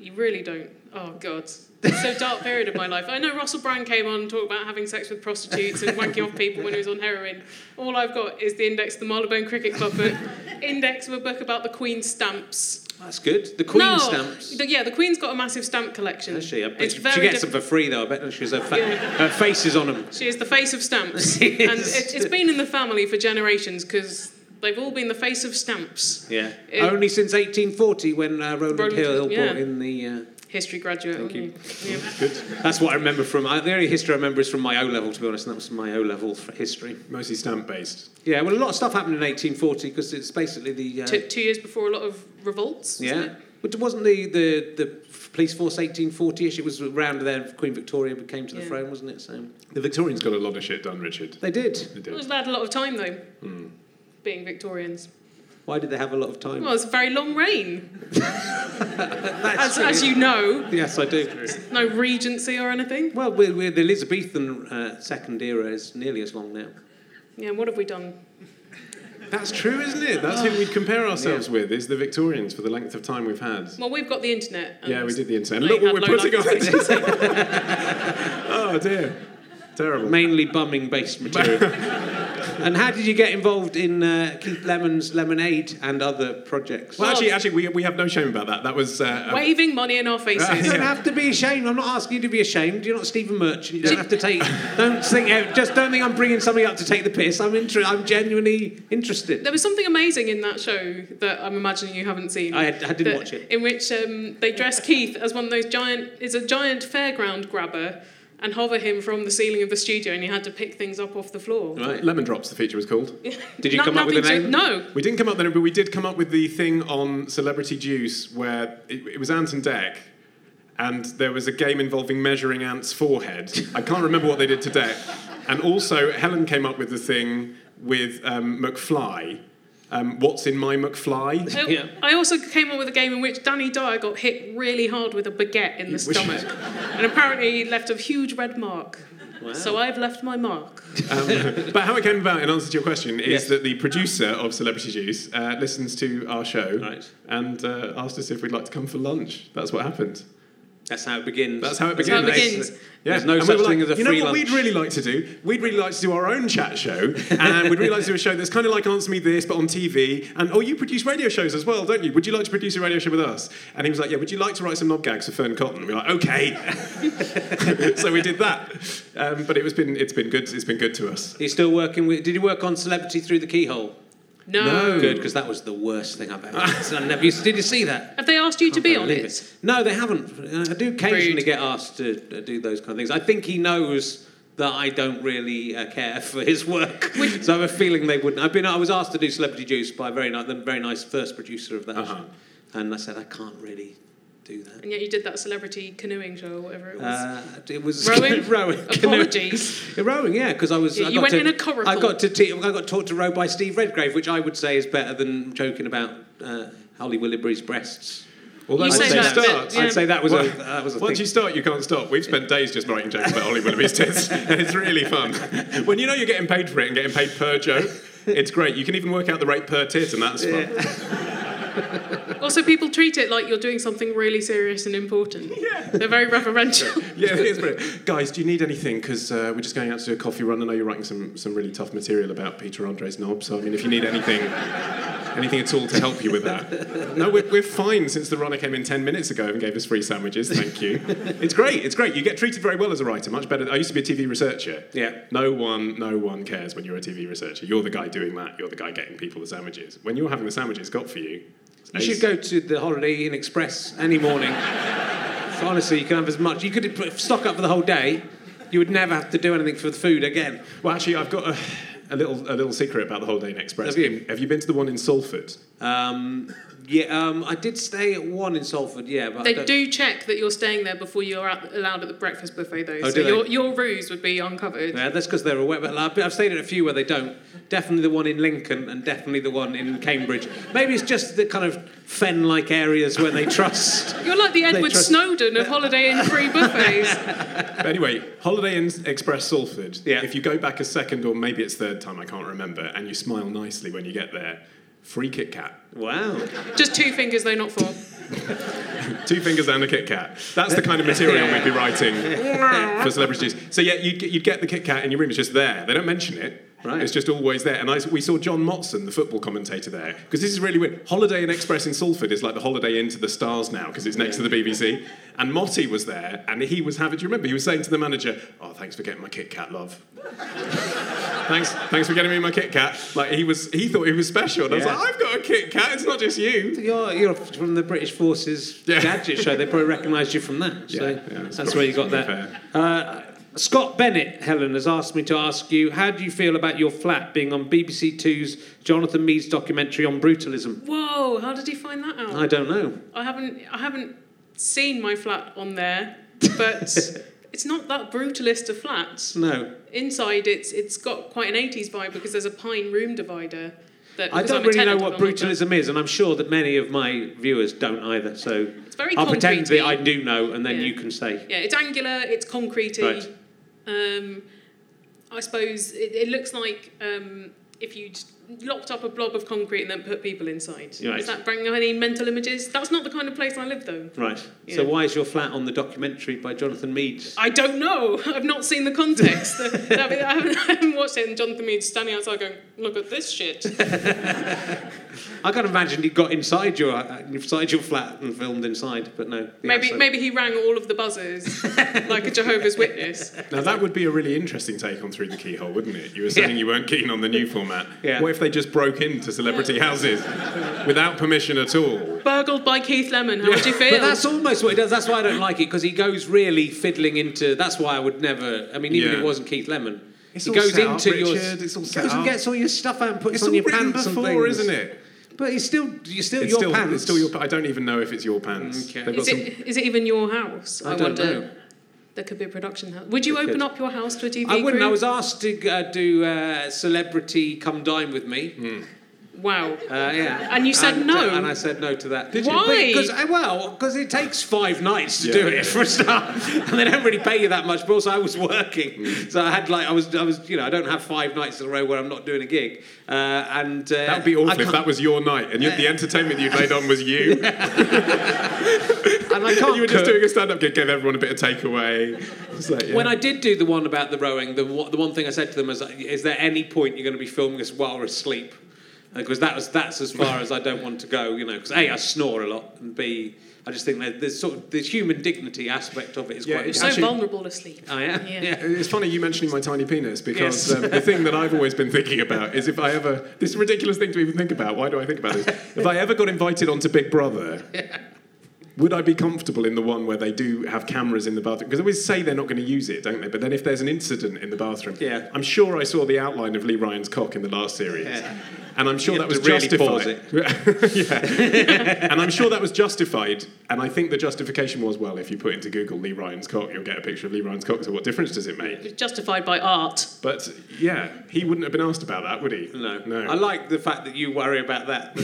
S3: You really don't. Oh God, it's so dark period of my life. I know Russell Brand came on and talked about having sex with prostitutes and wanking off people when he was on heroin. All I've got is the index of the Marylebone Cricket Club, but index of a book about the Queen's stamps.
S1: That's good. The Queen
S3: no,
S1: stamps.
S3: the- yeah, the Queen's got a massive stamp collection.
S1: Does she? I bet
S3: It's
S1: she,
S3: very
S1: she gets
S3: diff-
S1: them for free though. I bet she's her, fa-
S3: Yeah.
S1: her face is on them.
S3: She is the face of stamps, and
S1: She is.
S3: it, it's been in the family for generations because they've all been the face of stamps.
S1: Yeah.
S3: It-
S1: Only since 1840 when uh, Roland,
S3: Roland-
S1: Hill
S3: yeah.
S1: brought in the. Uh,
S3: History graduate.
S1: Thank you.
S3: aren't you? Yeah.
S1: that's what I remember from. Uh, the only history I remember is from my O level, to be honest, and that was my O level for history.
S2: Mostly stamp based.
S1: Yeah, well, a lot of stuff happened in 1840 because it's basically the. Uh,
S3: Took two years before a lot of revolts. wasn't
S1: yeah. But wasn't the, the, the police force 1840 ish? It was around there Queen Victoria came to the
S3: Yeah.
S1: throne, wasn't it? So
S2: The Victorians got a lot of shit done, Richard.
S1: They did.
S2: They
S3: It? Well,
S2: did.
S3: they had a lot of time though.
S1: Hmm.
S3: Being Victorians.
S1: Why did they have a lot of time?
S3: Well, it's a very long reign,
S1: That's
S3: as, as
S1: true.
S3: you know.
S1: Yes, I do.
S3: No regency or anything.
S1: Well, we're, we're the Elizabethan uh, second era is nearly as long now.
S3: Yeah, what have we done?
S2: That's true, isn't it? That's who we'd compare ourselves with, is the Victorians for the length of time we've had.
S3: Well, we've got the internet. and-
S2: Yeah, we did the internet.
S3: They
S2: Look what
S3: had
S2: we're
S3: low
S2: putting on.
S3: life
S2: oh dear. Terrible.
S1: Mainly bumming based material. and how did you get involved in uh, Keith Lemon's Lemonade and other projects?
S2: Well, actually, actually, we, we have no shame about that. That was uh, a-
S3: Waving money in our faces.
S1: you don't
S2: yeah.
S1: have to be ashamed. I'm not asking you to be ashamed. You're not Stephen Merchant. You don't have to take. Don't think. uh, Just don't think I'm bringing something up to take the piss. I'm inter- I'm genuinely interested.
S3: There was something amazing in that show that I'm imagining you haven't seen.
S1: I, I didn't
S3: that-
S1: watch it.
S3: In which um, they dress Keith as one of those giant, is a giant fairground grabber and hover him from the ceiling of the studio and you had to pick things up off the floor.
S1: Right.
S2: Lemon Drops, the feature was called.
S1: Did you
S3: No-
S1: come up with a
S3: nothing to-
S1: name?
S3: no,
S2: We didn't come up with it, but we did come up with the thing on Celebrity Juice where it, it was ants and Deck, and there was a game involving measuring Ant's forehead. I can't remember what they did to Deck. And also, Helen came up with the thing with um, McFly. Um, what's in my McFly?
S3: I,
S1: Yeah.
S3: I also came up with a game in which Danny Dyer got hit really hard with a baguette in the
S2: Which-
S3: stomach, and apparently he left a huge red mark. So I've left my mark.
S2: But how it came about, in answer to your question, is
S1: Yes.
S2: that the producer of Celebrity Juice uh, listens to our show
S1: Right.
S2: and uh, asked us if we'd like to come for lunch. That's what happened.
S1: That's how it begins.
S2: That's how it
S3: how it
S2: begins.
S3: begins.
S2: Yeah.
S1: There's no
S2: and we
S1: such
S2: were like,
S1: thing as a
S2: You know
S1: free
S2: what
S1: lunch.
S2: we'd really like to do? We'd really like to do our own chat show, and we'd really like to do a show that's kind of like Answer Me This, but on TV. And oh, you produce radio shows as well, don't you? Would you like to produce a radio show with us? And he was like, Yeah. Would you like to write some knob gags for Fern Cotton? We were like, Okay. so we did that, um, but it was been it's been good. It's been good to us.
S1: He's still working with. Did you work on Celebrity Through the Keyhole?
S3: No.
S2: No.
S1: Good, because that was the worst thing I've ever. I never used to- did you see that?
S3: Have they asked you to be on
S1: Believe
S3: it?
S1: No, they haven't. I do occasionally
S3: Rude.
S1: get asked to uh, do those kind of things. I think he knows that I don't really uh, care for his work, so I have a feeling they wouldn't. I've been. I was asked to do Celebrity Juice by a very nice, the very nice first producer of that,
S2: Uh-huh.
S1: show. and I said I can't really do that.
S3: And yet you did that celebrity canoeing show or whatever it was.
S1: Uh, it was
S3: Rowing?
S1: rowing.
S3: Apologies.
S1: Yeah, Rowing, yeah, because I was.
S3: Yeah,
S1: I
S3: you
S1: got
S3: went
S1: to-
S3: in a coracle.
S1: I got to. Te- I got taught to row by Steve Redgrave, which I would say is better than joking about uh, Holly Willoughby's breasts.
S2: Although
S3: You
S2: once
S3: say
S2: you
S3: that, but-
S2: start,
S3: yeah.
S1: I'd say that was a
S2: Well,
S1: that was a
S2: Once
S1: thing.
S2: you start, you can't stop. We've spent days just writing jokes about Holly Willoughby's tits, and it's really fun. When you know you're getting paid for it and getting paid per joke, it's great. You can even work out the rate per tit, and that's fun.
S1: Uh.
S3: Also, people treat it like you're doing something really serious and important. Yeah. They're very reverential.
S2: Yeah, it is brilliant. Guys, do you need anything? Because uh, we're just going out to do a coffee run. I know you're writing some, some really tough material about Peter Andre's knob, so I mean, if you need anything, anything at all to help you with that. No, we're, we're fine since the runner came in 10 minutes ago and gave us free sandwiches. Thank you. It's great, it's great. You get treated very well as a writer, much better. I used to be a TV researcher.
S1: Yeah.
S2: No one, no one cares when you're a TV researcher. You're the guy doing that, you're the guy getting people the sandwiches. When you're having the sandwiches got for you, it's
S1: You should go
S2: ace.
S1: to the Holiday Inn Express any morning. So honestly, you can have as much. You could put- stock up for the whole day. You would never have to do anything for the food again.
S2: Well, actually, I've got a, a little a little secret about the Holiday Inn Express.
S1: Have you?
S2: Have you been to the one in Salford?
S1: Um, yeah, um, I did stay at one in Salford. Yeah, but I
S3: They
S1: don't-
S3: do check that you're staying there before you're out, allowed at the breakfast buffet, though.
S1: Oh,
S3: so
S1: do they?
S3: your, your ruse would be uncovered.
S1: Yeah, that's because they're aware. But I've, I've stayed at a few where they don't. Definitely the one in Lincoln and definitely the one in Cambridge. Maybe it's just the kind of fen-like areas where they trust.
S3: You're like the Edward
S1: trust-
S3: Snowden of Holiday Inn free buffets.
S2: But anyway, Holiday Inn Express Salford.
S1: Yeah.
S2: If you go back a second or maybe it's third time, I can't remember, and you smile nicely when you get there, Free Kit Kat.
S1: Wow.
S3: Just two fingers though, not four.
S2: Two fingers and a Kit Kat. That's the kind of material we'd be writing for celebrities. So yeah, you'd get, you'd get the Kit Kat in your room. It's just there. They don't mention it.
S1: Right.
S2: It's just always there. And I, we saw John Motson, the football commentator, there because this is really weird. Holiday Inn Express in Salford is like the Holiday Inn to the stars now because it's next to the BBC. And Motti was there, and he was having. Do you remember? He was saying to the manager, "Oh, thanks for getting my Kit Kat, love." Thanks, thanks for getting me my Kit Kat. Like he was, he thought he was special, and I was
S1: Yeah.
S2: like, "I've got a Kit Kat. It's not just you."
S1: You're, you're from the British Forces
S2: Yeah.
S1: gadget show. They probably recognised you from that. So
S2: Yeah, yeah, it's
S1: that's where you got
S2: probably
S1: that. Uh, Scott Bennett, Helen, has asked me to ask you how do you feel about your flat being on BBC Two's Jonathan Mead's documentary on brutalism?
S3: Whoa! How did he find that out?
S1: I don't know.
S3: I haven't I haven't seen my flat on there, but it's not that brutalist of flats.
S1: No.
S3: Inside, it's it's got quite an 80s vibe because there's a pine room divider. That,
S1: I
S3: because
S1: don't
S3: I'm a
S1: really know
S3: tenant,
S1: what
S3: I'm not-
S1: brutalism is, and I'm sure that many of my viewers don't either. So
S3: It's very
S1: I'll pretend that I
S3: concretey.
S1: do know, and then
S3: Yeah.
S1: you can say.
S3: Yeah, it's angular, it's concretey.
S1: Right.
S3: Um, I suppose it, it looks like um, if you locked up a blob of concrete and then put people inside.
S1: Right.
S3: Does that bring any mental images? That's not the kind of place I live, though.
S1: Right.
S3: Yeah.
S1: So why is your flat on the documentary by Jonathan Mead?
S3: I don't know. I've not seen the context. The- the- I, haven't, I haven't watched it. And Jonathan Mead's standing outside going, "Look at this shit."
S1: I can't imagine he got inside your uh, inside your flat and filmed inside, but no. the
S3: Maybe
S1: outside.
S3: maybe he rang all of the buzzers like a Jehovah's Witness.
S2: Now that would be a really interesting take on Through the Keyhole, wouldn't it? You were saying
S1: Yeah.
S2: you weren't keen on the new format.
S1: Yeah.
S2: What if they just broke into celebrity houses without permission at all?
S3: Burgled by Keith Lemon. How would you feel?
S1: But that's almost what he does. That's why I don't like it because he goes really fiddling into. That's why I would never. I mean, even
S2: Yeah.
S1: if it wasn't Keith Lemon,
S2: It's
S1: he
S2: all
S1: goes
S2: set up,
S1: into your.
S2: Richard, it's all set
S1: goes and
S2: up.
S1: gets all your stuff out and puts
S2: It's
S1: on
S2: all
S1: your
S2: written
S1: pants and
S2: before,
S1: things.
S2: isn't it?
S1: But he's still you're still
S2: It's
S1: your
S2: still,
S1: pants.
S2: It's still your. pa- I don't even know if it's your pants.
S1: Okay.
S2: They've got
S3: is
S2: some-
S3: it is it even your house?
S1: I
S3: I,
S1: don't
S3: wonder.
S1: know.
S3: There could be a production house. Would you
S1: There
S3: open
S1: could.
S3: up your house to a TV
S1: I wouldn't.
S3: crew?
S1: I was asked to uh, do uh, celebrity come dine with me.
S3: Wow.
S1: Uh, yeah.
S3: And you said
S1: And,
S3: no.
S1: uh, and I said no to that.
S3: you? Why?
S1: Because uh, well, because it takes five nights to
S2: Yeah.
S1: do it for a start, and they don't really pay you that much. But also, I was working, so I had like I was I was you know I don't have five nights in a row where I'm not doing a gig, uh, and uh,
S2: That would be
S1: I
S2: awful if
S1: can't-
S2: that was your night and you, the entertainment you laid on was you.
S1: and I can't
S2: you were just
S1: cook.
S2: doing a stand up gig, gave everyone a bit of takeaway. It's like, yeah.
S1: When I did do the one about the rowing, the, wa- the one thing I said to them was, uh, "Is there any point you're going to be filming us while we're asleep?" Because that was that's as far as I don't want to go, you know. Because a, I snore a lot, and b, I just think that there's sort of the human dignity aspect of it is
S2: Yeah,
S1: quite.
S2: it's
S3: so
S2: actually-
S3: vulnerable asleep.
S1: I am.
S3: Yeah.
S1: Oh, Yeah.
S2: It's funny you mentioning my tiny penis because
S1: Yes.
S2: um, the thing that I've always been thinking about is if I ever this is a ridiculous thing to even think about. Why do I think about this? If I ever got invited onto Big Brother, would I be comfortable in the one where they do have cameras in the bathroom? Because they always say they're not going to use it, don't they? But then if there's an incident in the bathroom,
S1: Yeah.
S2: I'm sure I saw the outline of Lee Ryan's cock in the last series.
S1: Yeah.
S2: And I'm sure
S1: You
S2: that
S1: have
S2: was
S1: to really pause
S2: justified. yeah. and I'm sure that was justified. And I think the justification was well, if you put into Google Lee Ryan's cock, you'll get a picture of Lee Ryan's cock. So what difference does it make?
S3: It's Justified by art.
S2: But yeah, he wouldn't have been asked about that, would he?
S1: No,
S2: no.
S1: I like the fact that you worry about that.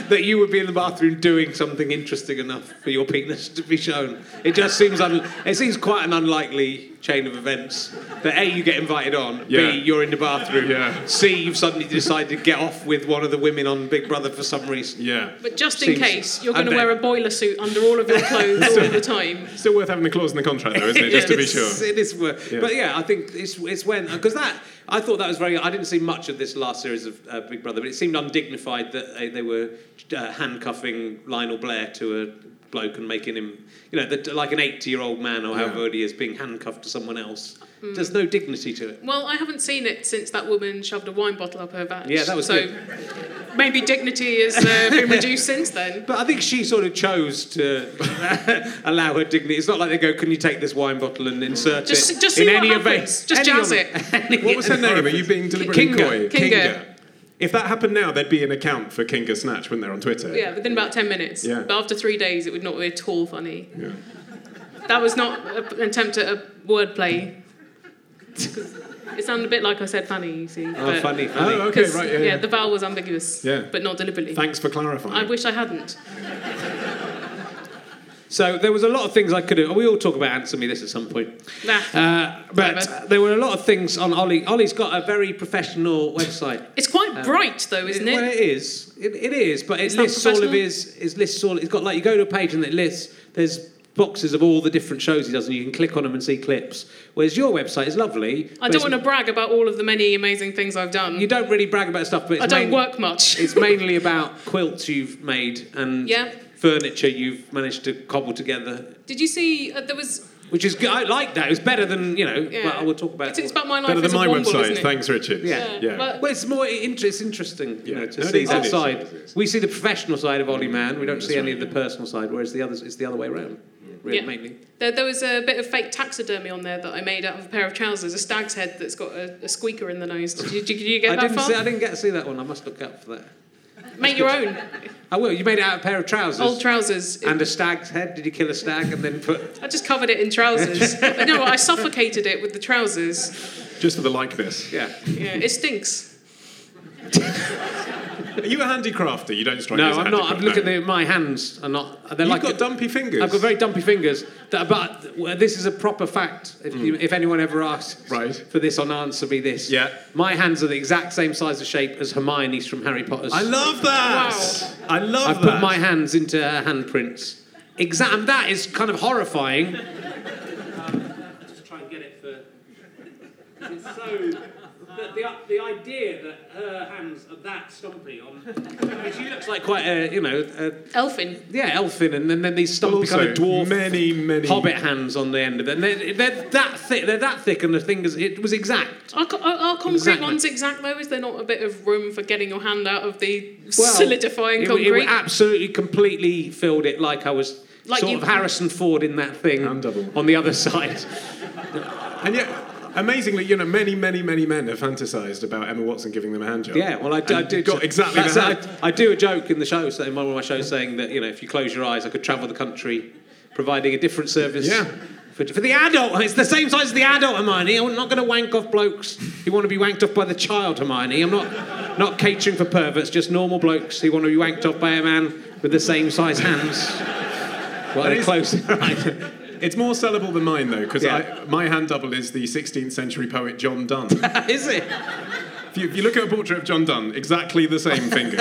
S1: that you would be in the bathroom doing something interesting enough for your penis to be shown. It just seems un- it seems quite an unlikely chain of events. That a you get invited on,
S2: Yeah.
S1: b you're in the bathroom,
S2: Yeah.
S1: c you've suddenly decided to get off with one of the women on Big Brother for some reason.
S2: yeah.
S3: But just in
S1: Seems-
S3: case, you're
S1: I
S3: going to
S1: bet.
S3: wear a boiler suit under all of your clothes all the time.
S2: Still worth having a clause in the contract, though, isn't it? Just to be sure.
S1: It's- It is worth.
S2: Yeah.
S1: But yeah, I think it's it's when because that I thought that was very. I didn't see much of this last series of uh, Big Brother, but it seemed undignified that they, they were uh, handcuffing Lionel Blair to a bloke and making him, you know, the, like an eighty-year-old man or however
S2: Yeah.
S1: old he is, being handcuffed to someone else.
S3: Mm.
S1: There's no dignity to it.
S3: Well, I haven't seen it since that woman shoved a wine bottle up her back.
S1: Yeah, that was
S3: so. Maybe dignity has uh, been reduced since then.
S1: But I think she sort of chose to allow her dignity. It's not like they go, "Can you take this wine bottle and insert
S3: Just-
S1: it
S3: just see
S1: in
S3: what
S1: any event?"
S3: happens. Just
S1: any
S3: jazz
S1: of- any-
S2: What was her name? Are you being deliberately
S1: Kinga.
S2: coy?
S3: Kinga.
S2: If that happened now, there'd be an account for Kinga Snatch, wouldn't there, on Twitter?
S3: Yeah, within about 10 minutes.
S2: Yeah.
S3: But after three days, it would not be at all funny.
S2: Yeah.
S3: That was not a- an attempt at a wordplay. It sounded a bit like I said funny, you see.
S1: Oh, funny, funny.
S2: Oh, okay,
S3: 'cause,
S2: right, yeah, yeah.
S3: the vowel was ambiguous,
S2: Yeah.
S3: but not deliberately.
S2: Thanks for clarifying.
S3: I wish I hadn't.
S1: So there was a lot of things I could have. We all talk about Answer Me This at some point.
S3: Nah.
S1: Uh,
S3: Never.
S1: but there were a lot of things on Ollie. Ollie's got a very professional website.
S3: It's quite bright though, isn't
S1: uh, Well,
S3: it?
S1: it is. It, it is, but it
S3: It's not
S1: lists all of
S3: professional?
S1: his. It lists all. It's got like you go to a page and it lists. There's boxes of all the different shows he does, and you can click on them and see clips. Whereas your website is lovely.
S3: I don't want to brag about all of the many amazing things I've done.
S1: You don't really brag about stuff, but it's
S3: I don't
S1: main-
S3: work much.
S1: It's mainly about quilts you've made and
S3: Yeah.
S1: furniture you've managed to cobble together,
S3: Did you see uh, there was
S1: which is good. I like that. It was better than you know.
S3: Yeah.
S1: But I will talk about.
S3: It's- it's about my life
S2: Better
S3: as
S2: than
S3: a
S2: my
S3: womble,
S2: website.
S3: isn't it?
S2: Thanks, Richard.
S1: Yeah.
S2: Yeah.
S3: Well,
S1: Well, it's more inter- it's interesting, you
S2: Yeah.
S1: know, to
S2: No, it
S1: see
S2: is,
S1: that
S2: it is,
S1: side.
S2: it is. Mm,
S1: We see the professional side of Ollie Man. We don't see
S2: that's
S1: any
S2: right,
S1: of the personal side, whereas the others, it's the other way around, really,
S3: Yeah.
S1: mainly.
S3: there, there was a bit of fake taxidermy on there that I made out of a pair of trousers, a stag's head that's got a, a squeaker in the nose. Did you, did you get
S1: I
S3: that
S1: didn't,
S3: far?
S1: see, I didn't get to see that one. I must look up for that.
S3: Make your own
S1: I will. You made it out of a pair of trousers
S3: old trousers.
S1: and a stag's head. Did you kill a stag and then put?
S3: I just covered it in trousers. but no, I suffocated it with the trousers.
S2: Just for the likeness.
S1: Yeah.
S3: Yeah, it stinks.
S2: Are you a handicrafter? You don't strike me
S1: No,
S2: as a
S1: I'm not. I'm
S2: handicraft,
S1: looking
S2: no.
S1: at the, my hands are not. They're
S2: You've
S1: like
S2: got dumpy fingers.
S1: I've got very dumpy fingers. That, but well, this is a proper fact. If, you, if anyone ever asks
S2: Mm. Right.
S1: for this on Answer Me This,
S2: Yeah.
S1: my hands are the exact same size and shape as Hermione's from Harry Potter's.
S2: I love that. I love
S1: I
S2: that.
S1: put my hands into her handprints. Exam. That is kind of horrifying. just try and get it for. It's so. The, the, the idea that her hands are that stumpy on. she looks like quite a, you know, a,
S3: Elfin.
S1: yeah, elfin, and then, then these stumpy
S2: also,
S1: kind of dwarf
S2: many, many.
S1: hobbit hands on the end of it. And they're, they're that thick. They're that thick, and the fingers. It was exact.
S3: Are, co- are, are concrete
S1: Exactly.
S3: ones exact though? Is there not a bit of room for getting your hand out of the solidifying
S1: it, w-
S3: concrete?
S1: It, w- absolutely, completely filled it like I was
S3: Like
S1: sort
S3: you-
S1: of Harrison Ford in that thing
S2: I'm double.
S1: on the other side.
S2: And yet, amazingly, you know, many, many, many men have fantasized about Emma Watson giving them a hand job.
S1: Yeah, well, I, d- I
S2: And
S1: do
S2: you've got exactly
S1: that's
S2: the
S1: I,
S2: hand.
S1: I do a joke in the show, so in one of my shows, saying that you know if you close your eyes, I could travel the country, providing a different service.
S2: Yeah.
S1: For, for the adult, it's the same size as the adult Hermione. I'm not going to wank off blokes who want to be wanked off by the child Hermione. I'm not not catering for perverts, just normal blokes who want to be wanked off by a man with the same size hands. While they
S2: is-
S1: close their eyes.
S2: It's more sellable than mine though, because
S1: Yeah.
S2: my hand double is the 16th century poet John Donne.
S1: Is it?
S2: if, you, if you look at a portrait of John Donne, exactly the same fingers,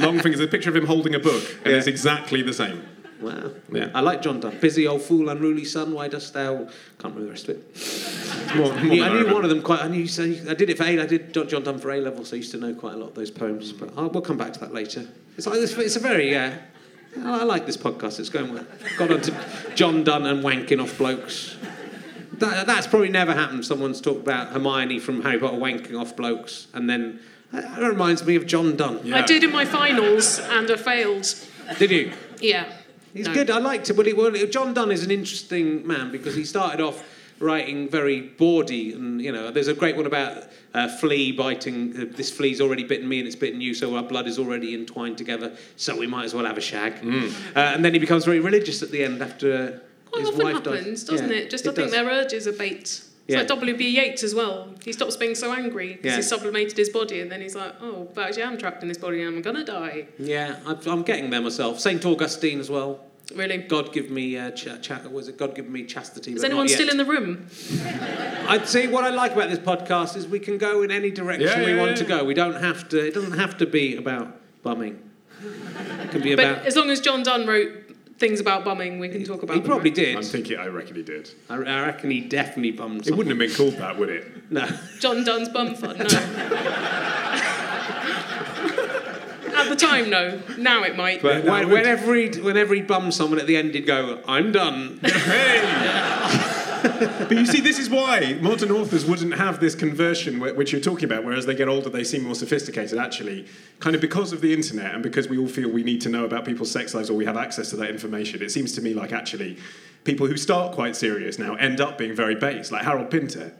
S2: long fingers. There's A picture of him holding a book, and it's exactly the same.
S1: Wow.
S2: Yeah.
S1: I like John Donne. Busy old fool, unruly son, why dost thou? Can't remember the rest of it.
S2: It's more, more
S1: Yeah,
S2: than
S1: I knew
S2: remember.
S1: one of them quite. I knew. So I did it for A. I did John John Donne for A level, so I used to know quite a lot of those poems. But i we'll come back to that later. It's like it's, it's a very. Uh, I I like this podcast. It's going well. Got onto John Dunn and wanking off blokes. That, that's probably never happened. Someone's talked about Hermione from Harry Potter wanking off blokes, and then that that reminds me of John Dunn.
S2: Yeah.
S3: I did in my finals and I failed.
S1: Did you?
S3: Yeah.
S1: He's
S3: No.
S1: good. I liked it. Well, he, well, John Dunn is an interesting man because he started off writing very bawdy, and you know, there's a great one about uh, flea biting. Uh, this flea's already bitten me, and it's bitten you, so our blood is already entwined together. So we might as well have a shag. Uh, and then he becomes very religious at the end after. uh,
S3: Mm. Quite
S1: his
S3: often
S1: wife
S3: happens,
S1: dies.
S3: doesn't
S1: Yeah,
S3: it? Just I think
S1: does.
S3: their urges abate. It's
S1: Yeah.
S3: like W.B. Yeats as well. He stops being so angry because
S1: Yeah.
S3: he sublimated his body and then he's like, oh, but actually I'm trapped in this body and I'm going to die.
S1: Yeah, I've, I'm getting there myself. Saint Augustine as well.
S3: Really.
S1: God give me uh, cha- cha- was it God give me chastity?
S3: Is
S1: but not
S3: anyone
S1: yet.
S3: still in the room?
S1: I'd say what I like about this podcast is we can go in any direction
S2: Yeah,
S1: we
S2: yeah,
S1: want
S2: yeah.
S1: to go. We don't have to. It doesn't have to be about bumming. It can be
S3: But
S1: about.
S3: as long as John Dunn wrote things about bumming, we can talk about
S1: He
S3: them,
S1: probably
S3: right?
S2: I'm
S1: did.
S2: thinking. I reckon he did.
S1: I, I reckon he definitely bummed.
S2: It
S1: Some.
S2: wouldn't have been called that, would it?
S1: No,
S3: John Dunn's bum fun. No. At the time, no. Now it might.
S2: But
S1: When- whenever he whenever he bummed someone at the end, he'd go, "I'm done."
S2: Hey! but you see, this is why modern authors wouldn't have this conversion wh- which you're talking about, whereas they get older, they seem more sophisticated, actually, kind of because of the internet and because we all feel we need to know about people's sex lives or we have access to that information. It seems to me like actually people who start quite serious now end up being very base, like Harold Pinter,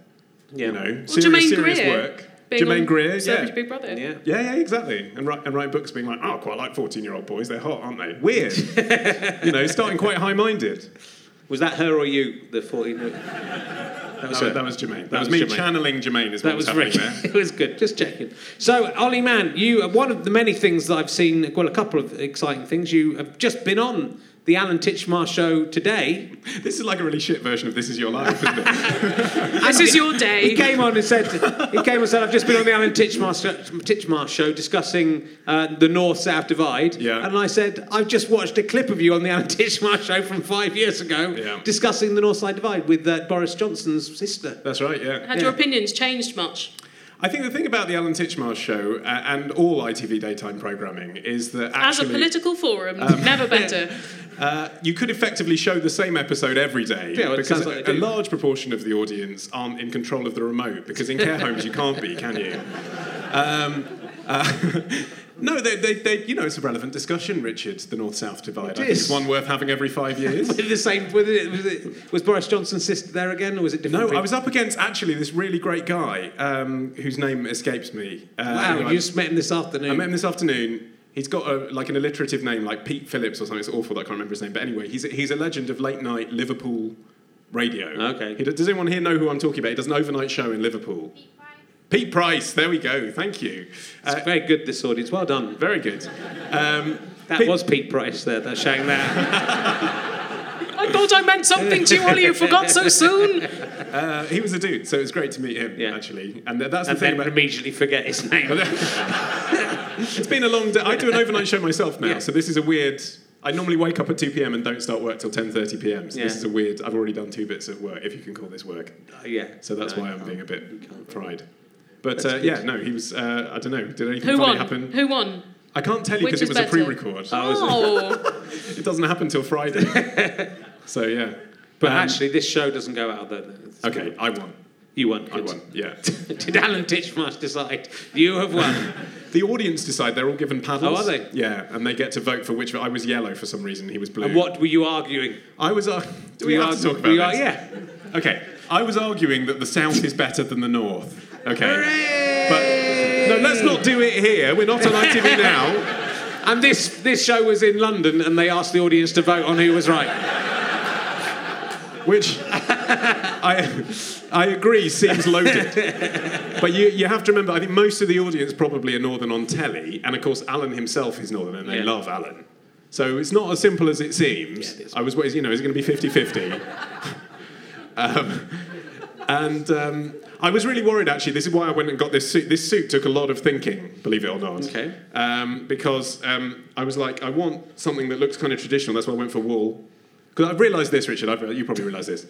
S1: Yeah.
S2: you know,
S3: Well,
S2: serious, serious work.
S3: being
S2: Jermaine
S3: on
S2: Greer,
S3: Celebrity
S2: yeah.
S3: Big Brother.
S1: Yeah.
S2: Yeah, yeah, exactly. And write, and write books being like, oh, I quite like 14 year old boys, they're hot, aren't they? Weird. you know, starting quite high minded.
S1: Was that her or you? The fourteen. That was
S2: That
S1: her.
S2: was, that was Jermaine. That,
S1: That
S2: was,
S1: was
S2: me
S1: Jermaine.
S2: channeling Jermaine. Is what
S1: That was
S2: happening
S1: Rick.
S2: there.
S1: it was good. Just checking. So, Ollie Mann, you one of the many things that I've seen. Well, a couple of exciting things. You have just been on the Alan Titchmarsh show today.
S2: This is like a really shit version of This Is Your Life, isn't it?
S3: This is your
S1: He
S3: day.
S1: came on and said, he came and said, I've just been on the Alan Titchmarsh, Titchmarsh show discussing uh, the North-South divide.
S2: Yeah.
S1: And I said, I've just watched a clip of you on the Alan Titchmarsh show from five years ago
S2: Yeah.
S1: discussing the North-Side divide with uh, Boris Johnson's sister.
S2: That's right, yeah.
S3: Had your opinions changed much?
S2: I think the thing about the Alan Titchmarsh show uh, and all ITV daytime programming is that
S3: As a
S2: actually um,
S3: political forum, never better.
S2: uh, you could effectively show the same episode every day
S1: Yeah, well, it
S2: because
S1: sounds like
S2: a,
S1: they do.
S2: large proportion of the audience aren't in control of the remote because in care homes you can't be, can you? Um, uh, no, they, they, they, you know, it's a relevant discussion, Richard, the North-South divide. I think
S1: is.
S2: It's one worth having every five years.
S1: With the same, with it, was, it, was Boris Johnson's sister there again, or was it different?
S2: No,
S1: people?
S2: I was up against actually this really great guy um, whose name escapes me. Uh,
S1: Wow,
S2: anyway,
S1: you just met him this afternoon.
S2: I met him this afternoon. He's got a, like an alliterative name, like Pete Phillips or something. It's awful. that I can't remember his name. But anyway, he's a, he's a legend of late night Liverpool radio.
S1: Okay.
S2: He, d- does anyone here know who I'm talking about? He does an overnight show in Liverpool. Pete Price. There we go. Thank you.
S1: It's
S2: Uh,
S1: very good, this audience. Well done.
S2: very good. Um,
S1: That
S2: Pete-
S1: was Pete Price there. They're showing that.
S3: I thought I meant something to you, Ollie. You forgot so soon.
S2: uh, he was a dude, so it was great to meet him
S1: Yeah.
S2: actually. And th- that's
S1: and
S2: the thing
S1: then
S2: about
S1: immediately forget his name.
S2: It's been a long day. I do an overnight show myself now,
S1: Yeah.
S2: so this is a weird. I normally wake up at 2 p.m. and don't start work till 10:30 p.m. So this
S1: Yeah.
S2: is a weird. I've already done two bits of work, if you can call this work.
S1: Uh, yeah.
S2: So that's
S1: No,
S2: why
S1: you
S2: I'm
S1: can't.
S2: being a
S1: You
S2: bit
S1: can't.
S2: fried. But
S1: That's
S2: uh,
S1: good.
S2: yeah, no, he was. Uh, I don't know. Did anything
S3: Who
S2: funny
S3: won?
S2: happen?
S3: Who won?
S2: I can't tell you
S3: Which
S2: because it
S3: was
S2: was a
S3: better?
S2: pre-record.
S3: Oh,
S2: It doesn't happen till Friday. so yeah.
S1: But
S2: Um,
S1: actually, this show doesn't go out though.
S2: okay, I won.
S1: You won.
S2: I
S1: Good.
S2: won. Yeah.
S1: Did Alan Titchmarsh decide you have won?
S2: the audience decide. They're all given paddles.
S1: Oh, are they?
S2: Yeah, and they get to vote for which. I was yellow for some reason. He was blue.
S1: and what were you arguing?
S2: I was. Uh, do we
S1: You
S2: have to
S1: argu-
S2: talk
S1: were
S2: about
S1: you ar-
S2: this?
S1: yeah.
S2: Okay, I was arguing that the south is better than the north. Okay.
S1: Hooray!
S2: No, let's not do it here. We're not on ITV now.
S1: And this this show was in London, and they asked the audience to vote on who was right.
S2: Which I, I agree seems loaded. But you, you have to remember, I think most of the audience probably are Northern on telly. And of course, Alan himself is Northern and they
S1: Yeah.
S2: love Alan. So it's not as simple as it
S1: Yeah,
S2: seems.
S1: it is.
S2: I was, what is, you know, is it going to be 50 50? And um, I was really worried actually. This is why I went and got this suit. This suit took a lot of thinking, believe it or not.
S1: Okay.
S2: Um, because um, I was like, I want something that looks kind of traditional. That's why I went for wool. Because I've realised this, Richard. I've, you probably realise this.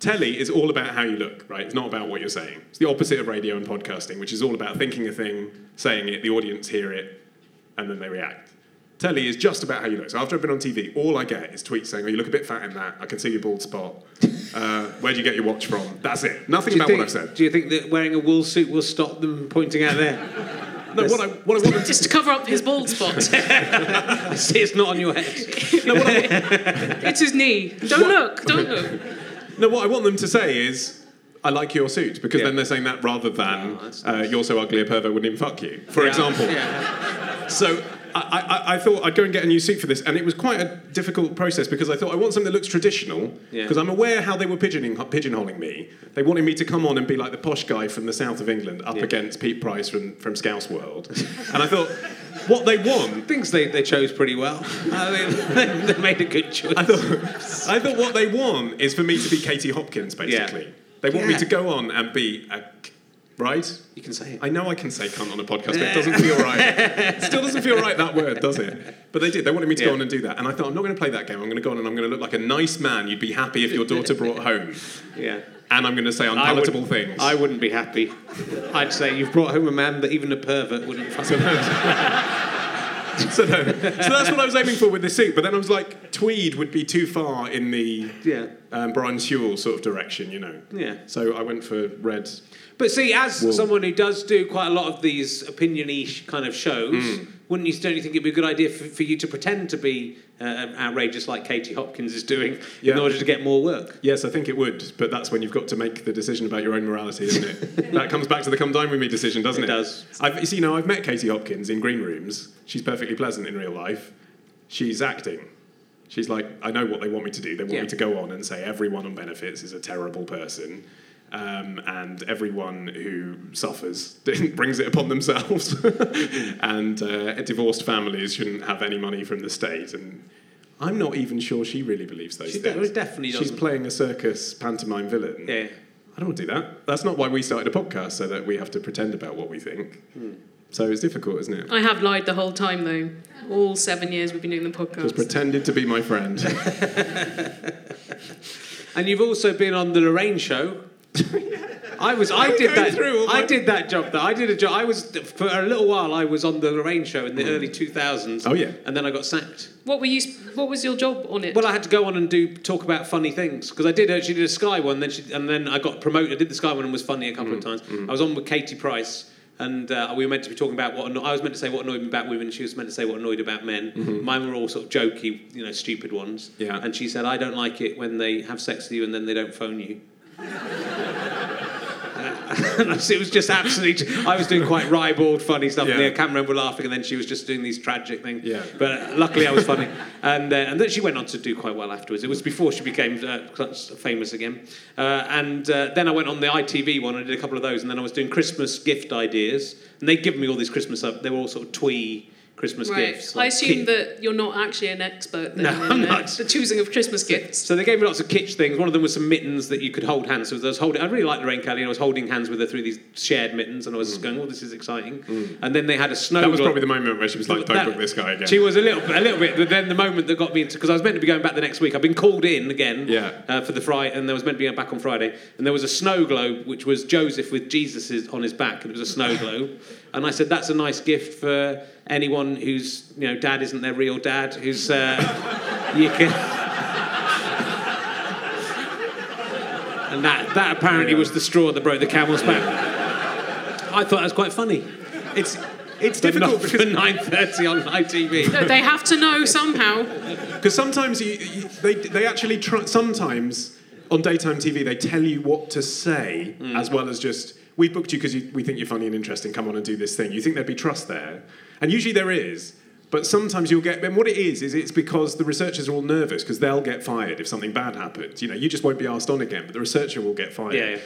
S2: Telly is all about how you look, right? It's not about what you're saying. It's the opposite of radio and podcasting, which is all about thinking a thing, saying it, the audience hear it, and then they react. Telly is just about how you look. So after I've been on TV, all I get is tweets saying, "Oh, you look a bit fat in that. I can see your bald spot. Uh, where do you get your watch from?" That's it. Nothing about what I've said.
S1: Do you think that wearing a wool suit will stop them pointing out there?
S2: No, what I, what I want them to
S3: just to cover up his bald spot.
S1: I see it's not on your head.
S3: It's his knee. Don't look. Don't look.
S2: No, what I want them to say is, I like your suit, because
S1: Yeah.
S2: then they're saying that rather than,
S1: Oh, that's
S2: uh, you're so ugly a pervert wouldn't even fuck you, for example.
S1: Yeah.
S2: So I, I, I thought I'd go and get a new suit for this, and it was quite a difficult process because I thought I want something that looks traditional,
S1: Yeah.
S2: because I'm aware how they were pigeoning, pigeonholing me. They wanted me to come on and be like the posh guy from the south of England up
S1: Yeah.
S2: against Pete Price from, from Scouse World. and I thought, what they want
S1: Things they, they chose pretty well. I mean, they made a good choice.
S2: I thought, I thought what they want is for me to be Katie Hopkins, basically.
S1: Yeah.
S2: They want me
S1: Yeah.
S2: to go on and be a. c- Right?
S1: you can say it.
S2: I know I can say cunt on a podcast, but it doesn't feel right. It still doesn't feel right, that word, does it? But they did. They wanted me to go
S1: Yeah.
S2: on and do that. And I thought, I'm not going to play that game. I'm going to go on and I'm going to look like a nice man you'd be happy if your daughter brought home.
S1: yeah.
S2: And I'm going to say
S1: I would-
S2: unpalatable things.
S1: I wouldn't be happy. I'd say you've brought home a man that even a pervert wouldn't fuck.
S2: So, no- so, no. so that's what I was aiming for with this suit. But then I was like, tweed would be too far in the
S1: Yeah.
S2: um, Brian Sewell sort of direction, you know.
S1: Yeah.
S2: So I went for red.
S1: But see, as
S2: Whoa.
S1: someone who does do quite a lot of these opinion-y sh- kind of shows, wouldn't you don't you think it'd be a good idea for, for you to pretend to be uh, outrageous like Katie Hopkins is doing in
S2: Yeah.
S1: order to get more work?
S2: Yes, I think it would, but that's when you've got to make the decision about your own morality, isn't it? that comes back to the come dine with me decision, doesn't
S1: It
S2: it?
S1: does.
S2: I've, you see, you know, I've met Katie Hopkins in green rooms. She's perfectly pleasant in real life. She's acting. She's like, I know what they want me to do. They want
S1: Yeah.
S2: me to go on and say everyone on benefits is a terrible person. Um, and everyone who suffers brings it upon themselves. and uh, divorced families shouldn't have any money from the state. And I'm not even sure she really believes those
S1: She de-
S2: things.
S1: definitely
S2: She's
S1: doesn't.
S2: playing a circus pantomime villain.
S1: Yeah.
S2: I don't want to do that. That's not why we started a podcast, so that we have to pretend about what we think.
S1: Hmm.
S2: So it's difficult,
S1: Oh,
S2: isn't it?
S3: I have lied the whole time, though. All seven years we've been doing the
S2: Just
S3: podcast.
S2: pretended to be my friend.
S1: And you've also been on the Lorraine show. I was. I
S2: we
S1: did
S2: going
S1: that.
S2: through all
S1: I
S2: my-
S1: did that job. That I did a job. I was for a little while. I was on the Lorraine show in the early two thousands.
S2: Mm. Oh, yeah.
S1: And then I got sacked.
S3: What were you? sp- What was your job on it?
S1: Well, I had to go on and do talk about funny things because I did. uh, She did a Sky one, then she and then I got promoted. I did the Sky one and was funny a couple
S2: Mm,
S1: of times. I was on with Katie Price. And uh, we were meant to be talking about what anno- I was meant to say what annoyed me about women. She was meant to say what annoyed about men. Mine were all sort of jokey, you know, stupid ones.
S2: Mm-hmm. Yeah.
S1: And she said, "I don't like it when they have sex with you and then they don't phone you." Uh, And it was just absolutely. I was doing quite ribald, funny stuff, and
S2: Yeah.
S1: the cameraman were laughing, and then she was just doing these tragic things.
S2: Yeah.
S1: But luckily, I was funny, and uh, and then she went on to do quite well afterwards. It was before she became uh, such famous again. Uh, and uh, then I went on the ITV one. I did a couple of those, and then I was doing Christmas gift ideas, and they'd given me all these Christmas. up. They were all sort of twee Christmas
S3: right.
S1: gifts.
S3: I
S1: like
S3: assume
S1: kit-
S3: that you're not actually an expert then
S1: No,
S3: in
S1: I'm
S3: uh,
S1: not.
S3: the choosing of Christmas gifts.
S1: So they gave me lots of kitsch things. One of them was some mittens that you could hold hands with. I was holding. I really liked Lorraine Kelly, and I was holding hands with her through these shared mittens, and I was just going, "Oh, this is exciting." And then they had a snow.
S2: Mm. That was
S1: glo-
S2: probably the moment where she was like, "Don't
S1: That-
S2: book this guy again."
S1: She was a little, a little bit. But then the moment that got me into because I was meant to be going back the next week. I've been called in again.
S2: Yeah.
S1: Uh, for the Friday, and there was meant to be going back on Friday, and there was a snow globe which was Joseph with Jesus is- on his back, and it was a snow globe. and I said, "That's a nice gift for anyone whose you know dad isn't their real dad, who's uh, you can." And that, that apparently
S2: Yeah.
S1: was the straw that broke the camel's back. I thought that was quite funny. It's
S2: it's
S1: but
S2: difficult
S1: not
S2: because
S1: for 9.30 on ITV.
S3: No, they have to know somehow.
S2: Because sometimes you, you, they, they actually try, sometimes on daytime TV they tell you what to say
S1: Hmm.
S2: as well as just we booked you because we think you're funny and interesting. Come on and do this thing. You think there'd be trust there, and usually there is. But sometimes you'll get. And what it is is it's because the researchers are all nervous because they'll get fired if something bad happens. You know, you just won't be asked on again, but the researcher will get fired.
S1: Yeah, yeah.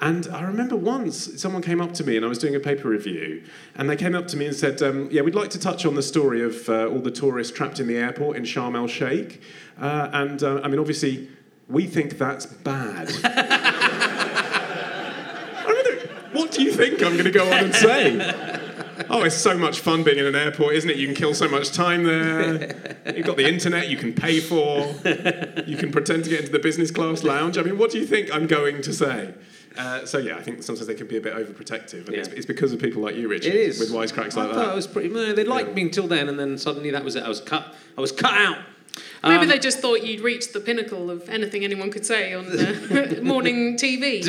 S2: And I remember once someone came up to me and I was doing a paper review, and they came up to me and said, um, Yeah, we'd like to touch on the story of uh, all the tourists trapped in the airport in Sharm el Sheikh. Uh, and uh, I mean, obviously, we think that's bad. I remember, what do you think I'm going to go on and say? Oh, it's so much fun being in an airport, isn't it? You can kill so much time there. You've got the internet you can pay for. You can pretend to get into the business class lounge. I mean, what do you think I'm going to say? Uh, so yeah, I think sometimes they can be a bit overprotective, and it's,
S1: Yeah.
S2: it's because of people like you, Richard,
S1: It is.
S2: with wisecracks
S1: I
S2: like
S1: thought it
S2: that.
S1: was pretty... No, they liked me until then, and then suddenly that was it. I was cut. I was cut out.
S3: Maybe
S1: Um,
S3: they just thought you'd reached the pinnacle of anything anyone could say on uh, morning TV.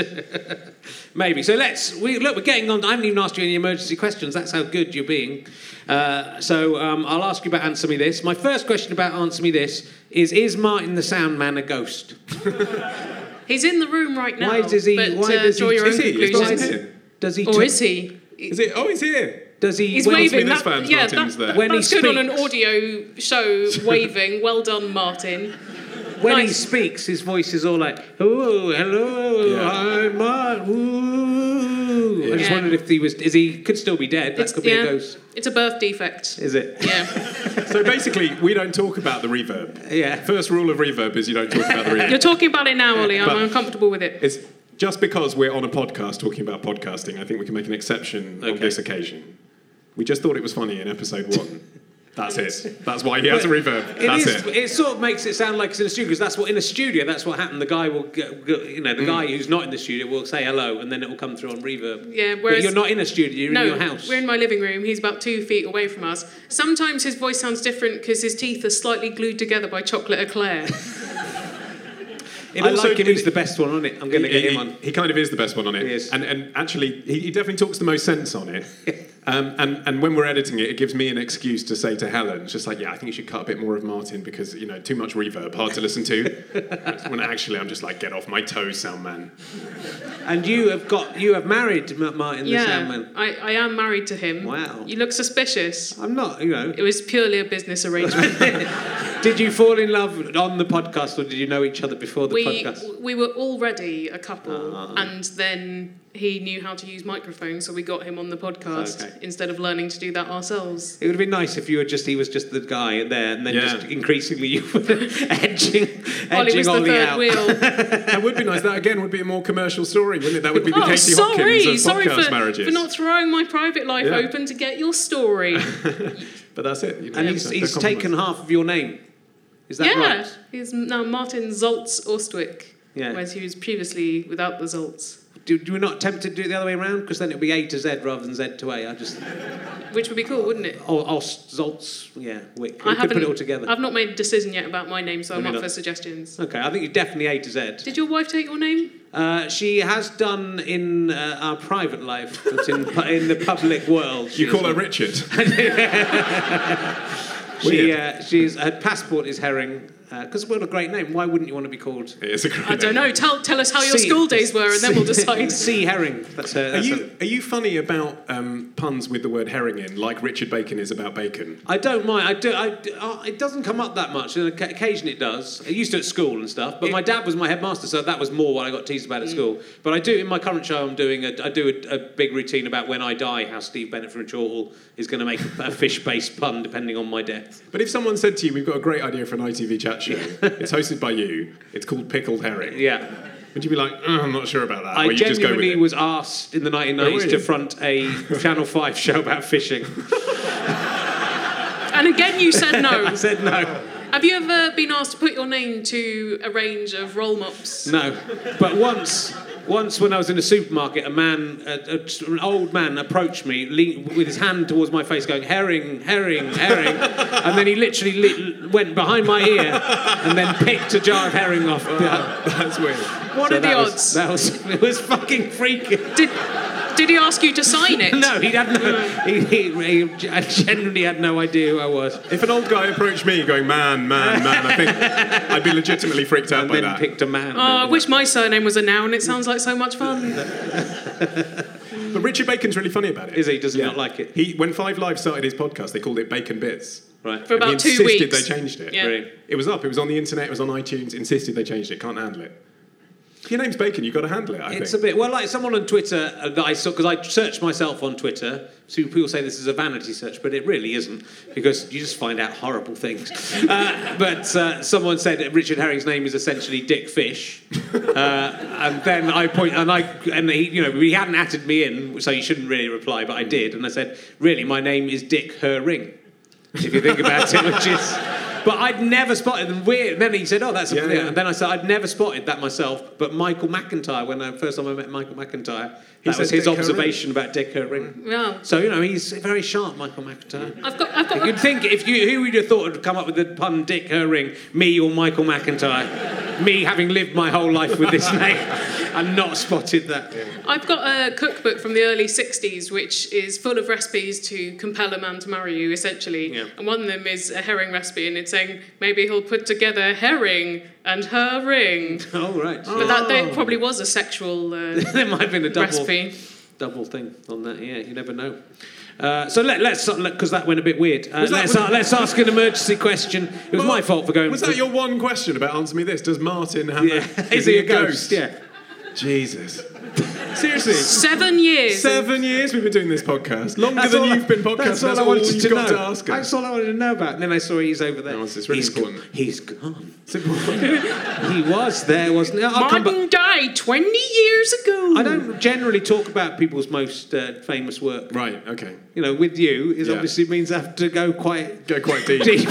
S1: Maybe. So let's... We, look, we're getting on. I haven't even asked you any emergency questions. That's how good you're being. Uh, so um, I'll ask you about Answer Me This. My first question about Answer Me This is, is Martin the Sound Man a ghost?
S3: He's in the room right now.
S1: Why does he-
S3: But,
S1: why
S3: uh,
S1: does he-
S3: draw your
S2: is
S3: own
S2: he? Is Martin
S3: conclusions.
S2: here?
S1: Does he...
S3: Or
S1: t-
S3: is he?
S2: Is it? Oh, he's here.
S1: Does he...
S3: He's
S1: when-
S3: waving.
S2: Smithers
S3: That,
S2: fans,
S3: yeah,
S2: Martin's
S3: that,
S2: there.
S1: When he
S3: that's good on an
S1: speaks.
S3: audio show. waving. Well done, Martin.
S1: When he
S3: Nice.
S1: speaks, his voice is all like, "Oh, hello,
S2: Yeah.
S1: I'm Martin." Ooh. I just
S3: Yeah.
S1: wondered if he was. Is he could still be dead? That
S3: It's-
S1: could be
S3: yeah,
S1: a ghost.
S3: It's a birth defect.
S1: Is it?
S3: Yeah.
S2: So basically, we don't talk about the reverb.
S1: Yeah.
S2: First rule of reverb is you don't talk about the reverb.
S3: You're talking about it now, Ollie. I'm
S2: But-
S3: uncomfortable with it.
S2: It's just because we're on a podcast talking about podcasting, I think we can make an exception on
S1: Okay.
S2: this occasion. We just thought it was funny in episode one. That's it. That's why he has a reverb.
S1: It
S2: That's
S1: is-
S2: it.
S1: sort of makes it sound like it's in a studio because that's what in a studio that's what happened. The guy will, go, go- you know,
S2: Mm.
S1: the guy who's not in the studio will say hello and then it will come through on reverb.
S3: Yeah,
S1: But
S3: whereas-
S1: you're not in a studio, you're
S3: no,
S1: in your house.
S3: we're in my living room. He's about two feet away from us. Sometimes his voice sounds different because his teeth are slightly glued together by chocolate eclair.
S1: And
S2: I
S1: I
S2: also-
S1: like him. He's the best one on it. I'm going to
S2: he,
S1: get him
S2: he-
S1: on.
S2: he kind of is the best one on it.
S1: He is.
S2: And, and actually, he, he definitely talks the most sense on it. Um, and, and when we're editing it, it gives me an excuse to say to Helen, it's just like, yeah, I think you should cut a bit more of Martin because, you know, too much reverb, hard to listen to. when actually, I'm just like, get off my toes, sound man.
S1: And you have got you have married Ma- Martin the
S3: yeah,
S1: Sandman.
S3: I, I am married to him.
S1: Wow.
S3: You look suspicious.
S1: I'm not, you know.
S3: It was purely a business arrangement.
S1: Did you fall in love on the podcast, or did you know each other before the
S3: we
S1: podcast? Ah.
S3: we were already a couple, and then he knew how to use microphones, so we got him on the podcast
S1: Okay.
S3: instead of learning to do that ourselves.
S1: It would have been nice if you were just—he was just the guy there, and then
S2: Yeah.
S1: just increasingly you were edging, edging
S3: Ollie was the
S1: Ollie
S3: third
S1: out.
S3: wheel.
S2: That would be nice. That again would be a more commercial story, wouldn't it? That would be the
S3: oh,
S2: Katie
S3: sorry,
S2: Hopkins of
S3: sorry
S2: podcast
S3: for,
S2: marriages.
S3: for not throwing my private life
S2: Yeah.
S3: open to get your story.
S2: But that's it. you know,
S1: And
S2: so
S1: he's,
S2: they're
S1: he's
S2: compromised.
S1: taken half of your name. Is that
S3: yeah,
S1: right?
S3: he's now Martin Zoltz Orstwick,
S1: Yeah.
S3: whereas he was previously without the Zoltz,
S1: Do, do we not attempt to do it the other way around? Because then it would be A to Z rather than Z to A. I just.
S3: which would be cool, wouldn't it?
S1: Oh, Ost, Zoltz, yeah, Wick.
S3: I
S1: We could
S3: haven't
S1: put it all together.
S3: I've not made a decision yet about my name, so I'm
S1: Maybe
S3: up
S1: not.
S3: for suggestions.
S1: Okay, I think you're definitely A to Z.
S3: Did your wife take your name?
S1: Uh, she has done in uh, our private life, but in, pu- in the public world. she
S2: You call her
S1: has-
S2: Richard.
S1: She,
S2: Weird.
S1: uh, she's, her passport is Herring, because what a great name. Why wouldn't you want to be called?
S2: It's a great
S3: I don't
S2: name.
S3: know. Tell, tell us how your
S1: C-
S3: school days were, and then we'll decide.
S1: C. Herring. That's her.
S2: Are
S1: That's her.
S2: you, are you funny about um, puns with the word herring in, like Richard Bacon is about bacon?
S1: I don't mind. I do. I, uh, it doesn't come up that much. On oca- occasion, it does. I used to at school and stuff. But my dad was my headmaster, so that was more what I got teased
S2: Mm.
S1: about at school. But I do in my current show. I'm doing. A, I do a, a big routine about when I die, how Steve Bennett from Chortle is going to make a, a fish-based pun depending on my death.
S2: But if someone said to you, "We've got a great idea for an ITV chat show. it's hosted by you. It's called Pickled Herring,"
S1: Yeah.
S2: would you be like, "Uh, "I'm not sure about that"?
S1: I
S2: or you just go with
S1: genuinely
S2: it?
S1: was asked in the 1990s
S2: Oh,
S1: to
S2: really?
S1: front a Channel 5 show about fishing.
S3: And again, you said no.
S1: I said no,
S3: Have you ever been asked to put your name to a range of roll mops?
S1: no. But once, once when I was in a supermarket, a man, a, a- an old man, approached me lean, with his hand towards my face, going herring, herring, herring, and then he literally li- went behind my ear and then picked a jar of herring off.
S2: That's weird.
S3: What
S1: So
S3: are the
S1: that was-
S3: odds?
S1: that was it was fucking freaky.
S3: Did, did he ask you to sign it?
S1: No, he had no. He, he, he I genuinely had no idea who I was.
S2: If an old guy approached me going, man, man, man, I think I'd be legitimately freaked out
S1: And
S2: by
S1: then
S2: that.
S1: picked a man.
S3: Oh, I wish my surname was a noun. It sounds like so much fun.
S2: But Richard Bacon's really funny about it.
S1: Is he? Does he not like it?
S2: He, when Five Live started his podcast, they called it Bacon Bits.
S1: Right.
S3: For about
S2: he
S3: two
S2: insisted
S3: weeks.
S2: they changed it.
S3: Yeah.
S1: Brilliant.
S2: It was up. It was on the internet. It was on iTunes. Insisted they changed it. Can't handle it. If your name's Bacon, you've got to handle it. I
S1: It's a
S2: think.
S1: bit well, like someone on Twitter uh, that I saw because I searched myself on Twitter. So people say this is a vanity search, but it really isn't because you just find out horrible things. Uh, but uh, someone said that Richard Herring's name is essentially Dick Fish, uh, and then I point and I and he, you know, he hadn't added me in, so he shouldn't really reply, but I did, and I said, really, my name is Dick Herring, if you think about it, which is. But I'd never spotted them. Weird. And then he said, "Oh, that's a
S2: Yeah, yeah.
S1: And then I said, "I'd never spotted that myself." But Michael McIntyre, when I first time I met Michael McIntyre, that
S2: said
S1: was his
S2: Dick
S1: observation about Dick Herring.
S3: Yeah.
S1: So you know, he's very sharp, Michael McIntyre.
S3: I've got, I've got
S1: You'd think if you who would have thought would come up with the pun Dick Herring, me or Michael McIntyre, me having lived my whole life with this name and not spotted that.
S3: I've got a cookbook from the early 60s which is full of recipes to compel a man to marry you, essentially.
S1: Yeah.
S3: And one of them is a herring recipe, and it's saying maybe he'll put together herring and her ring.
S1: Oh right,
S3: But that there probably was a sexual uh,
S1: there might have been a double.
S3: recipe.
S1: double thing on that. Yeah, you never know. Uh, so let, let's because that went a bit weird. Uh,
S2: Was that-
S1: let's, a- let's ask an emergency question. It was
S2: Well,
S1: my fault for going.
S2: Was
S1: for-
S2: that your one question about answer me this? Does Martin have
S1: Yeah.
S2: a, is he a ghost?
S1: Yeah.
S2: Jesus. Seriously.
S3: Seven years.
S2: Seven years we've been doing this podcast. Longer
S1: That's
S2: than
S1: all I-
S2: you've been podcasting. That's, all, you've got
S1: know.
S2: to ask
S1: That's
S2: us.
S1: all I wanted to know about. And then I saw he's over there.
S2: No, it's- it's really
S1: he's
S2: important.
S1: he's gone. he was there, wasn't he? I'll come back-
S3: Martin died 20 years ago.
S1: I don't generally talk about people's most uh, famous work.
S2: Right, okay.
S1: You know, with you, it
S2: Yeah.
S1: obviously means I have to go quite
S2: Go quite deep.
S1: deep.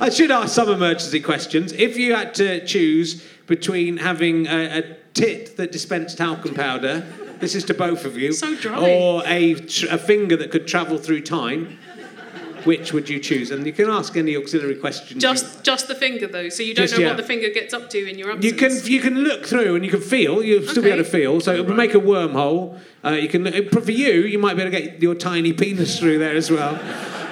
S1: I should ask some emergency questions. If you had to choose between having a, a tit that dispensed talcum powder, this is to both of you,
S3: So dry.
S1: or a, tr- a finger that could travel through time, which would you choose? And you can ask any auxiliary questions.
S3: Just, just the finger, though, so you don't
S1: Just,
S3: know
S1: yeah.
S3: what the finger gets up to in your absence.
S1: you can you can look through and you can feel. You'll still be
S3: Okay.
S1: able to feel. So it would make a wormhole. Uh, you can for you, you might be able to get your tiny penis through there as well.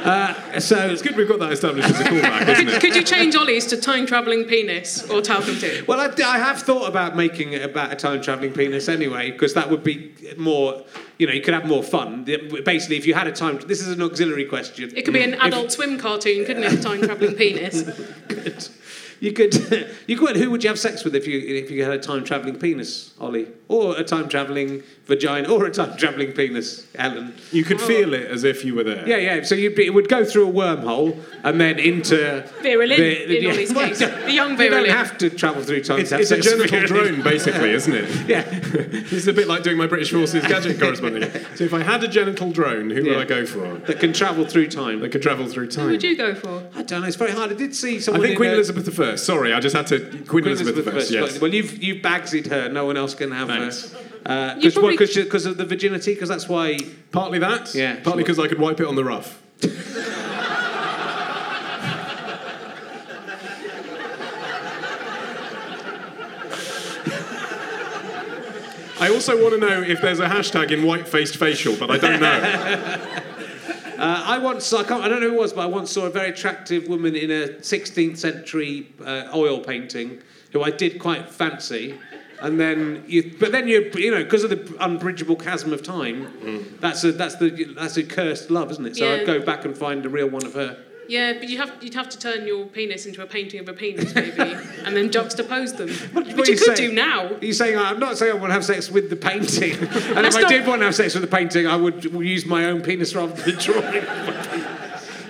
S1: Uh, so,
S2: It's good we've got that established as a callback, isn't it?
S3: Could you change Ollie's to time travelling penis or talcum tip?
S1: well, I, I have thought about making it about a time traveling penis anyway, because that would be more. You know, you could have more fun. The- Basically, if you had a time, this is an auxiliary question.
S3: It could be an
S1: If-
S3: adult swim cartoon, couldn't it? Time travelling penis.
S1: Good. You could, you could. Who would you have sex with if you if you had a time traveling penis, Ollie, or a time traveling vagina, or a time traveling penis, Alan?
S2: You could feel it as if you were there.
S1: Yeah, yeah. So you'd be, it would go through a wormhole and then into
S3: Vera Lynn, in
S1: yeah.
S3: Ollie's case. The young
S1: You
S3: Vera
S1: don't
S3: Lynn.
S1: have to travel through time.
S2: It's,
S1: to have
S2: it's a
S1: sex with
S2: genital
S1: Vera Lynn.
S2: drone, basically, isn't it?
S1: Yeah.
S2: It's a bit like doing my British Forces gadget corresponding. So if I had a genital drone, who
S1: Yeah.
S2: would I go for?
S1: that can travel through time.
S2: That could travel through
S3: Who
S2: time.
S3: would you uh, go for?
S1: I don't know. It's very hard. I did see
S2: I
S1: someone.
S2: think
S1: in uh,
S2: Queen
S1: a-
S2: Elizabeth I. Sorry, I just had to. Queen, Elizabeth, I,
S1: I.
S2: yes.
S1: Well, you've you've bagsied her. No one else can have
S2: Thanks.
S1: her. Uh,
S3: You
S1: Because
S3: probably-
S1: because of the virginity. Because that's why.
S2: Partly that.
S1: Yeah,
S2: Partly
S1: sure.
S2: because I could wipe it on the rough. I also want to know if there's a hashtag in white-faced facial, but I don't know.
S1: Uh, I once I can't I don't know who it was, but I once saw a very attractive woman in a 16th century uh, oil painting who I did quite fancy. And then you, but then you, you know, because of the unbridgeable chasm of time, that's a that's the that's a cursed love, isn't it? So
S3: Yeah.
S1: I'd go back and find a real one of her.
S3: Yeah, but you have, you'd have to turn your penis into a painting of a penis, maybe, and then juxtapose them.
S1: What-
S3: Which
S1: what
S3: you
S1: you
S3: could
S1: say?
S3: do now.
S1: Are you saying I'm not saying I want to have sex with the painting? and if
S3: That's
S1: I
S3: not-
S1: did want to have sex with the painting, I would use my own penis rather than the drawing.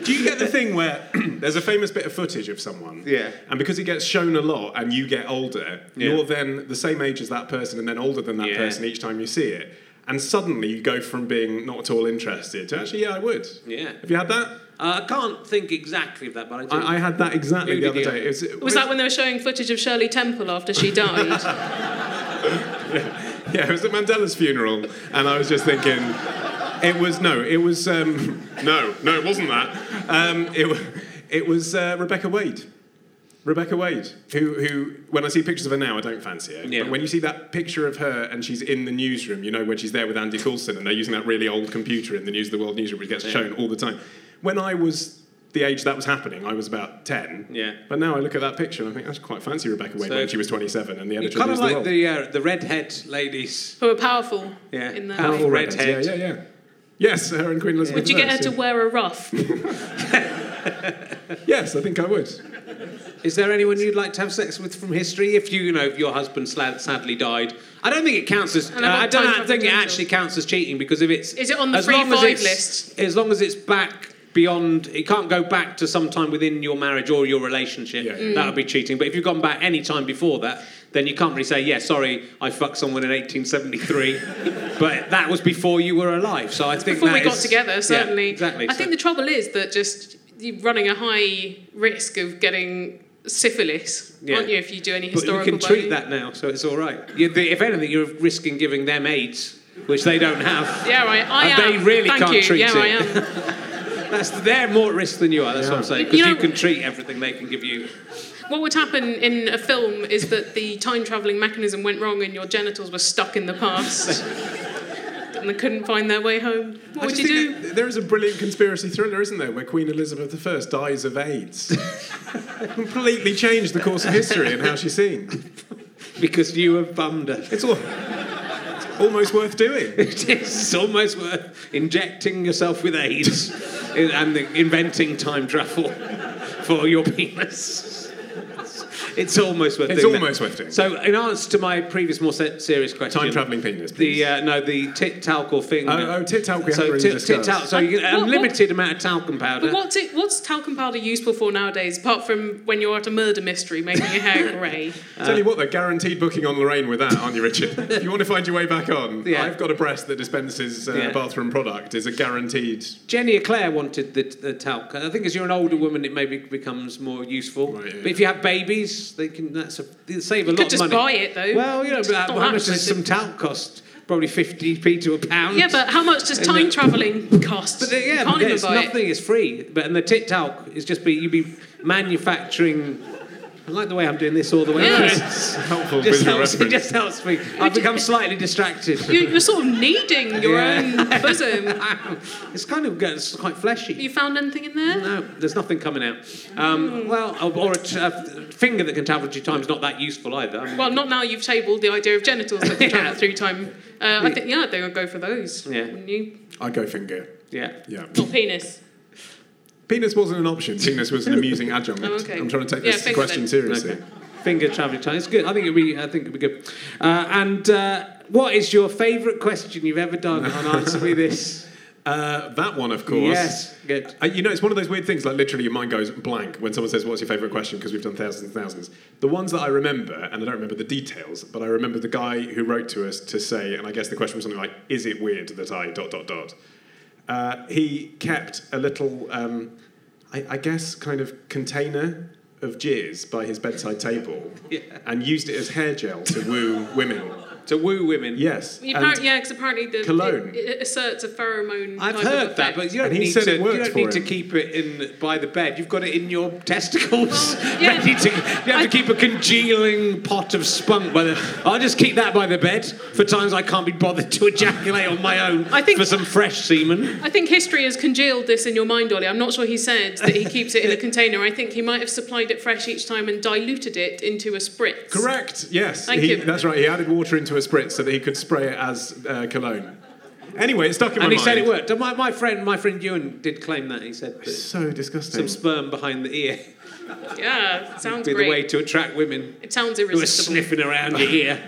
S2: Do you get the thing where there's a famous bit of footage of someone?
S1: Yeah.
S2: And because it gets shown a lot and you get older,
S1: Yeah.
S2: you're then the same age as that person and then older than that
S1: Yeah.
S2: person each time you see it. And suddenly you go from being not at all interested to actually, yeah, I would.
S1: Yeah.
S2: Have you had that?
S1: Uh, I can't think exactly of that, but I do.
S2: I, I had that exactly
S1: Who
S2: the
S1: did
S2: other
S1: you-
S2: day. It was,
S3: Was that when they were showing footage of Shirley Temple after she died?
S2: Yeah, it was at Mandela's funeral, and I was just thinking, it was no, it was um, no, no, it wasn't that. Um, it wa- it was uh, Rebecca Wade. Rebecca Wade, who, who, when I see pictures of her now, I don't fancy her.
S1: Yeah.
S2: But when you see that picture of her and she's in the newsroom, you know, when she's there with Andy Coulson and they're using that really old computer in the News of the World newsroom, which gets shown all the time. When I was the age that was happening, I was about 10.
S1: Yeah.
S2: But now I look at that picture and I think, that's quite fancy Rebecca Wade
S1: So-
S2: when she was 27 and the editor of
S1: kind of
S2: News
S1: like
S2: of the World.
S1: the uh, the redhead ladies.
S3: Who were powerful
S1: Yeah,
S3: in their
S1: powerful
S3: life.
S1: red- redhead.
S2: Yeah, yeah, yeah. Yes, her and Queen Elizabeth.
S3: Would you get
S2: I,
S3: her to
S2: so-
S3: wear a ruff?
S2: Yes, I think I would.
S1: Is there anyone you'd like to have sex with from history? If you, you know, if your husband sla- sadly died, I don't think it counts as. Uh,
S3: And I've
S1: I
S3: got
S1: don't
S3: time for
S1: think it
S3: potential.
S1: actually counts as cheating because if it's
S3: Is it on the
S1: as
S3: free
S1: long as
S3: five
S1: it's-
S3: list?
S1: As long as it's back beyond, it can't go back to some time within your marriage or your relationship.
S2: Yeah,
S3: Mm.
S2: yeah.
S1: That would be cheating. But if you've gone back any time before that, then you can't really say, "Yeah, sorry, I fucked someone in 1873," but that was before you were alive. So I think
S3: Before
S1: that
S3: we got
S1: is- yeah,
S3: together, certainly.
S1: exactly.
S3: I
S1: So-
S3: think the trouble is that just you're running a high risk of getting syphilis,
S1: Yeah.
S3: aren't you, if you do any
S1: But you
S3: historical
S1: can treat
S3: bone-
S1: that now, so it's all right. You, the, if anything, you're risking giving them AIDS, which they don't have.
S3: Yeah, I, I
S1: And
S3: am.
S1: they really
S3: Thank
S1: can't
S3: you.
S1: treat
S3: yeah,
S1: it.
S3: I am.
S1: That's they're more at risk than you are. That's what I'm saying. Because
S3: You
S1: you,
S3: know-
S1: can treat everything they can give you.
S3: What would happen in a film is that the time travelling mechanism went wrong and your genitals were stuck in the past. and they couldn't find their way home. What
S2: I
S3: would
S2: just
S3: you do?
S2: think that there is a brilliant conspiracy thriller, isn't there, where Queen Elizabeth I dies of AIDS. Completely changed the course of history and how she's seen.
S1: Because you have bummed her.
S2: It's, all, it's almost worth doing.
S1: It's almost worth injecting yourself with AIDS in- and the, inventing time travel for your penis. It's almost worth
S2: It's
S1: doing that.
S2: almost worth doing.
S1: So, in answer to my previous, more se- serious question,
S2: Time travelling penis.
S1: The
S2: Please.
S1: uh, no, the tit talcal thing.
S2: Oh, oh, tit talc we haven't
S1: So
S2: really
S1: tit, tit
S2: discussed.
S1: talc. So you get
S3: What-
S1: an
S3: what-
S1: unlimited amount of talcum powder.
S3: But what's, it, what's talcum powder useful for nowadays, apart from when you're at a murder mystery making your hair grey?
S1: uh,
S2: Tell you what, they're guaranteed booking on Lorraine with that, aren't you, Richard? if you want to find your way back on,
S1: Yeah.
S2: I've got a breast that dispenses uh,
S1: Yeah.
S2: bathroom product. is a guaranteed.
S1: Jenny Eclair wanted the, the talc. I think as you're an older woman, it maybe becomes more useful.
S2: Right, yeah.
S1: But if you have babies, they can that's a they save a lot
S3: Could just
S1: of money.
S3: buy it though.
S1: Well, you know,
S3: It's
S1: but
S3: not
S1: how
S3: that
S1: much does
S3: expensive.
S1: some talc cost? Probably fifty p to a pound.
S3: Yeah, but how much does
S1: And
S3: time
S1: the-
S3: travelling cost?
S1: But the-
S3: you
S1: yeah,
S3: can't
S1: but
S3: even
S1: it's
S3: buy it.
S1: nothing. It's free. But and the tit talc is just be you be manufacturing I like the way I'm doing this all the way.
S3: Yeah.
S1: It's
S2: Helpful
S1: just
S2: visual
S1: helps, it
S2: reference.
S1: just helps me. I've become slightly distracted.
S3: You, you're sort of kneading your
S1: Yeah.
S3: own bosom.
S1: it's kind of it's quite fleshy.
S3: You found anything in there?
S1: No, there's nothing coming out. Um, well, or a t- a finger that can travel through time is not that useful either. I mean,
S3: Well, not now you've tabled the idea of genitals that can travel through time. Uh, I think, yeah, I think I'd go for those.
S1: Yeah.
S3: Wouldn't you?
S2: I go finger.
S1: yeah.
S2: Yeah.
S3: Or penis.
S2: Penis wasn't an option. Penis was an amusing adjunct.
S3: Oh, okay.
S2: I'm trying to take
S3: Yeah,
S2: this
S3: finger
S2: question
S3: then.
S2: seriously.
S1: Okay. Finger traveling time. It's good. I think it'd be. I think it'd be good. Uh, and uh, what is your favourite question you've ever done on Answer Me This?
S2: Uh, that one, of course.
S1: yes. Good.
S2: Uh, you know, it's one of those weird things. Like literally, your mind goes blank when someone says, "What's your favourite question?" Because we've done thousands and thousands. The ones that I remember, and I don't remember the details, but I remember the guy who wrote to us to say, and I guess the question was something like, "Is it weird that I dot dot dot?" Uh, he kept a little, um, I, I guess, kind of container of jizz by his bedside table,
S1: Yeah.
S2: and used it as hair gel to woo women.
S1: To woo women.
S2: Yes.
S3: You
S2: and-
S3: appar- yeah, because apparently the,
S2: Cologne.
S3: It, it asserts a pheromone.
S1: I've
S3: type of
S1: heard that,
S3: effect.
S1: but you don't
S2: And he
S1: need
S2: said
S1: to.
S2: it worked
S1: you don't
S2: for
S1: need to
S2: him.
S1: keep it in by the bed. You've got it in your testicles.
S3: Well, yeah.
S1: ready to, you have
S3: I-
S1: to keep a congealing pot of spunk. By the, I'll just keep that by the bed for times I can't be bothered to ejaculate on my own
S3: I think-
S1: for some fresh semen.
S3: I think history has congealed this in your mind, Ollie. I'm not sure he said that he keeps it in a container. I think he might have supplied it fresh each time and diluted it into a spritz.
S2: Correct. Yes.
S3: Thank
S2: he,
S3: you.
S2: That's right. He added water into a spritz so that he could spray it as uh, cologne. Anyway, it stuck in my
S1: And he
S2: mind.
S1: said it worked. My, my friend, my friend Ewan did claim that. He said that
S2: So disgusting.
S1: some sperm behind the ear
S3: Yeah, sounds
S1: be the way
S3: great.
S1: to attract women
S3: It sounds
S1: who are
S3: irresistible.
S1: sniffing around your ear.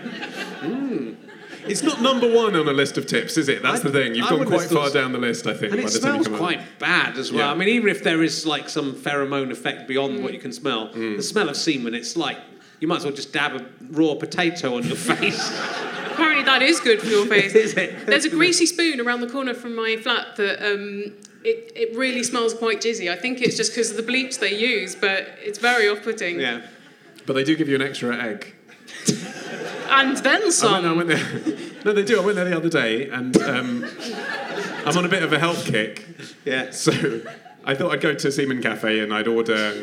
S2: it's not number one on a list of tips, is it? That's
S1: I-
S2: the thing. You've
S1: I
S2: gone
S1: would've
S2: quite far
S1: thought-
S2: down the list, I think.
S1: And
S2: by
S1: it
S2: the time you
S1: smells
S2: come up.
S1: quite bad as well.
S2: Yeah.
S1: I mean, even if there is like some pheromone effect beyond what you can smell,
S2: Mm.
S1: the smell of semen, it's like you might as well just dab a raw potato on your face.
S3: Apparently, that is good for your face.
S1: Is it?
S3: There's a greasy spoon around the corner from my flat that um, it, it really smells quite jizzy. I think it's just because of the bleach they use, but it's very off putting.
S1: Yeah.
S2: But they do give you an extra egg.
S3: And then
S2: I went, I
S3: some.
S2: went there. no, they do. I went there the other day and um, I'm on a bit of a health kick.
S1: Yeah. So,
S2: So I thought I'd go to Seaman Cafe and I'd order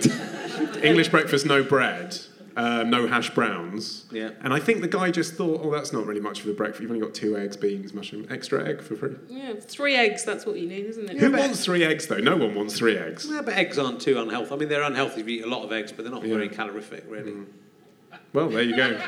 S2: English breakfast, no bread, um, no hash browns.
S1: Yeah.
S2: And I think the guy just thought, oh, that's not really much for the breakfast. You've only got two eggs, beans, mushroom, extra egg for free.
S3: Yeah, three eggs, that's what you need, isn't it?
S2: Who wants three eggs though? No one wants three eggs.
S1: yeah, but eggs aren't too unhealthy. I mean, they're unhealthy if you eat a lot of eggs, but they're not
S2: Yeah. Mm.
S1: very calorific, really.
S2: Well, there you go.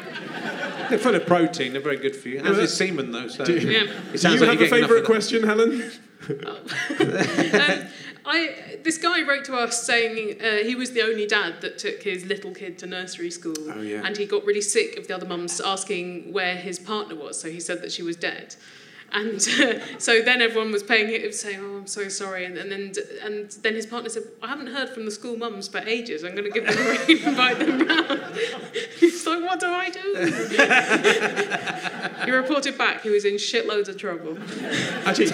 S1: They're full of protein. They're very good for you. As
S2: that-
S1: is semen, though. So
S2: Do you-
S3: Yeah.
S1: it
S2: Do you
S1: sounds like
S2: have a
S1: you're getting enough
S2: favourite
S1: of that.
S2: question, Helen?
S3: Um, I, this guy wrote to us saying uh, he was the only dad that took his little kid to nursery school.
S2: Oh, yeah.
S3: And he got really sick of the other mums asking where his partner was, so he said that she was dead. And uh, so then everyone was paying it, saying, "Oh, I'm so sorry." And, and then and then his partner said, "I haven't heard from the school mums for ages. I'm going to give them a ring and invite them round." He's like, "What do I do?" he reported back he was in shitloads of trouble.
S2: Actually,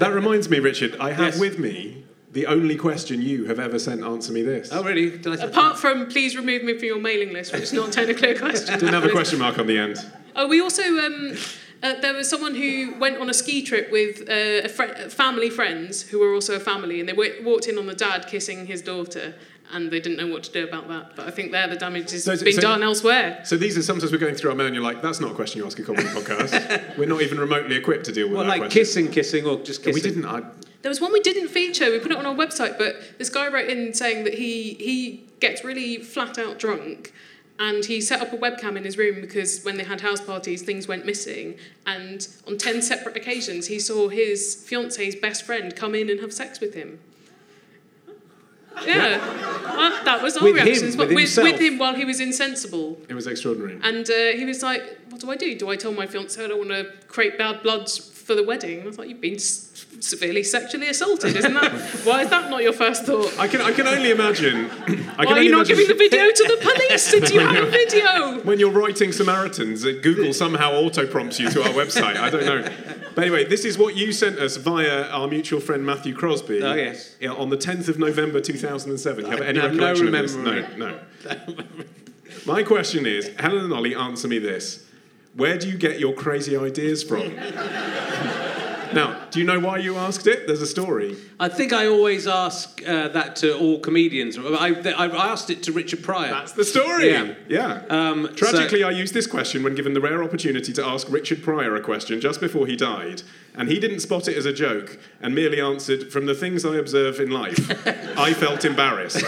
S2: that reminds me, Richard. I have
S1: Yes.
S2: with me the only question you have ever sent. Answer me this.
S1: Oh, really? Did I
S2: Uh,
S1: say-
S3: Apart from please remove me from your mailing list, which is not technically a question.
S2: Didn't have a question mark on the end.
S3: Oh, we also um, uh, there was someone who went on a ski trip with uh, a fri family friends who were also a family, and they w- walked in on the dad kissing his daughter, and they didn't know what to do about that. But I think there the damage has
S2: So is it-
S3: been
S2: so-
S3: done elsewhere.
S2: So these are sometimes we're going through our mail and you're like, that's not a question you ask a comedy podcast. We're not even remotely equipped to deal with
S1: Well,
S2: that
S1: like
S2: question.
S1: kissing, kissing, or just
S2: Yeah,
S1: kissing.
S2: we didn't. I,
S3: There was one we didn't feature. We put it on our website, but this guy wrote in saying that he he gets really flat out drunk, and he set up a webcam in his room because when they had house parties, things went missing. And on ten separate occasions, he saw his fiance's best friend come in and have sex with him. Yeah, Well, that was our
S1: With him,
S3: reactions. but
S1: with
S3: with, with
S1: himself.
S3: him while he was insensible.
S2: it was extraordinary.
S3: And uh, he was like, "What do I do? Do I tell my fiance I don't want to create bad bloods for the wedding?" And I was like, "You've been s- severely sexually assaulted, isn't that? Why is that not your first thought?
S2: I can, I can only imagine. I can
S3: Why are
S2: only
S3: you not
S2: imagine
S3: giving the video to the police since you have a video?"
S2: When you're writing Samaritans, uh, Google somehow auto prompts you to our website. I don't know. But anyway, this is what you sent us via our mutual friend Matthew Crosby.
S1: Oh, yes.
S2: Yeah, on the 10th of November 2007. You have
S1: I
S2: any
S1: have no
S2: recollection of this? No,
S1: remembrance.
S2: no. My question is Helen and Ollie, answer me this. Where do you get your crazy ideas from? Now, do you know why you asked it? There's a story.
S1: I think I always ask uh, that to all comedians. I, I asked it to Richard Pryor.
S2: That's the story.
S1: Yeah.
S2: Yeah.
S1: Um,
S2: Tragically,
S1: so-
S2: I used this question when given the rare opportunity to ask Richard Pryor a question just before he died, and he didn't spot it as a joke and merely answered, From the things I observe in life, I felt embarrassed.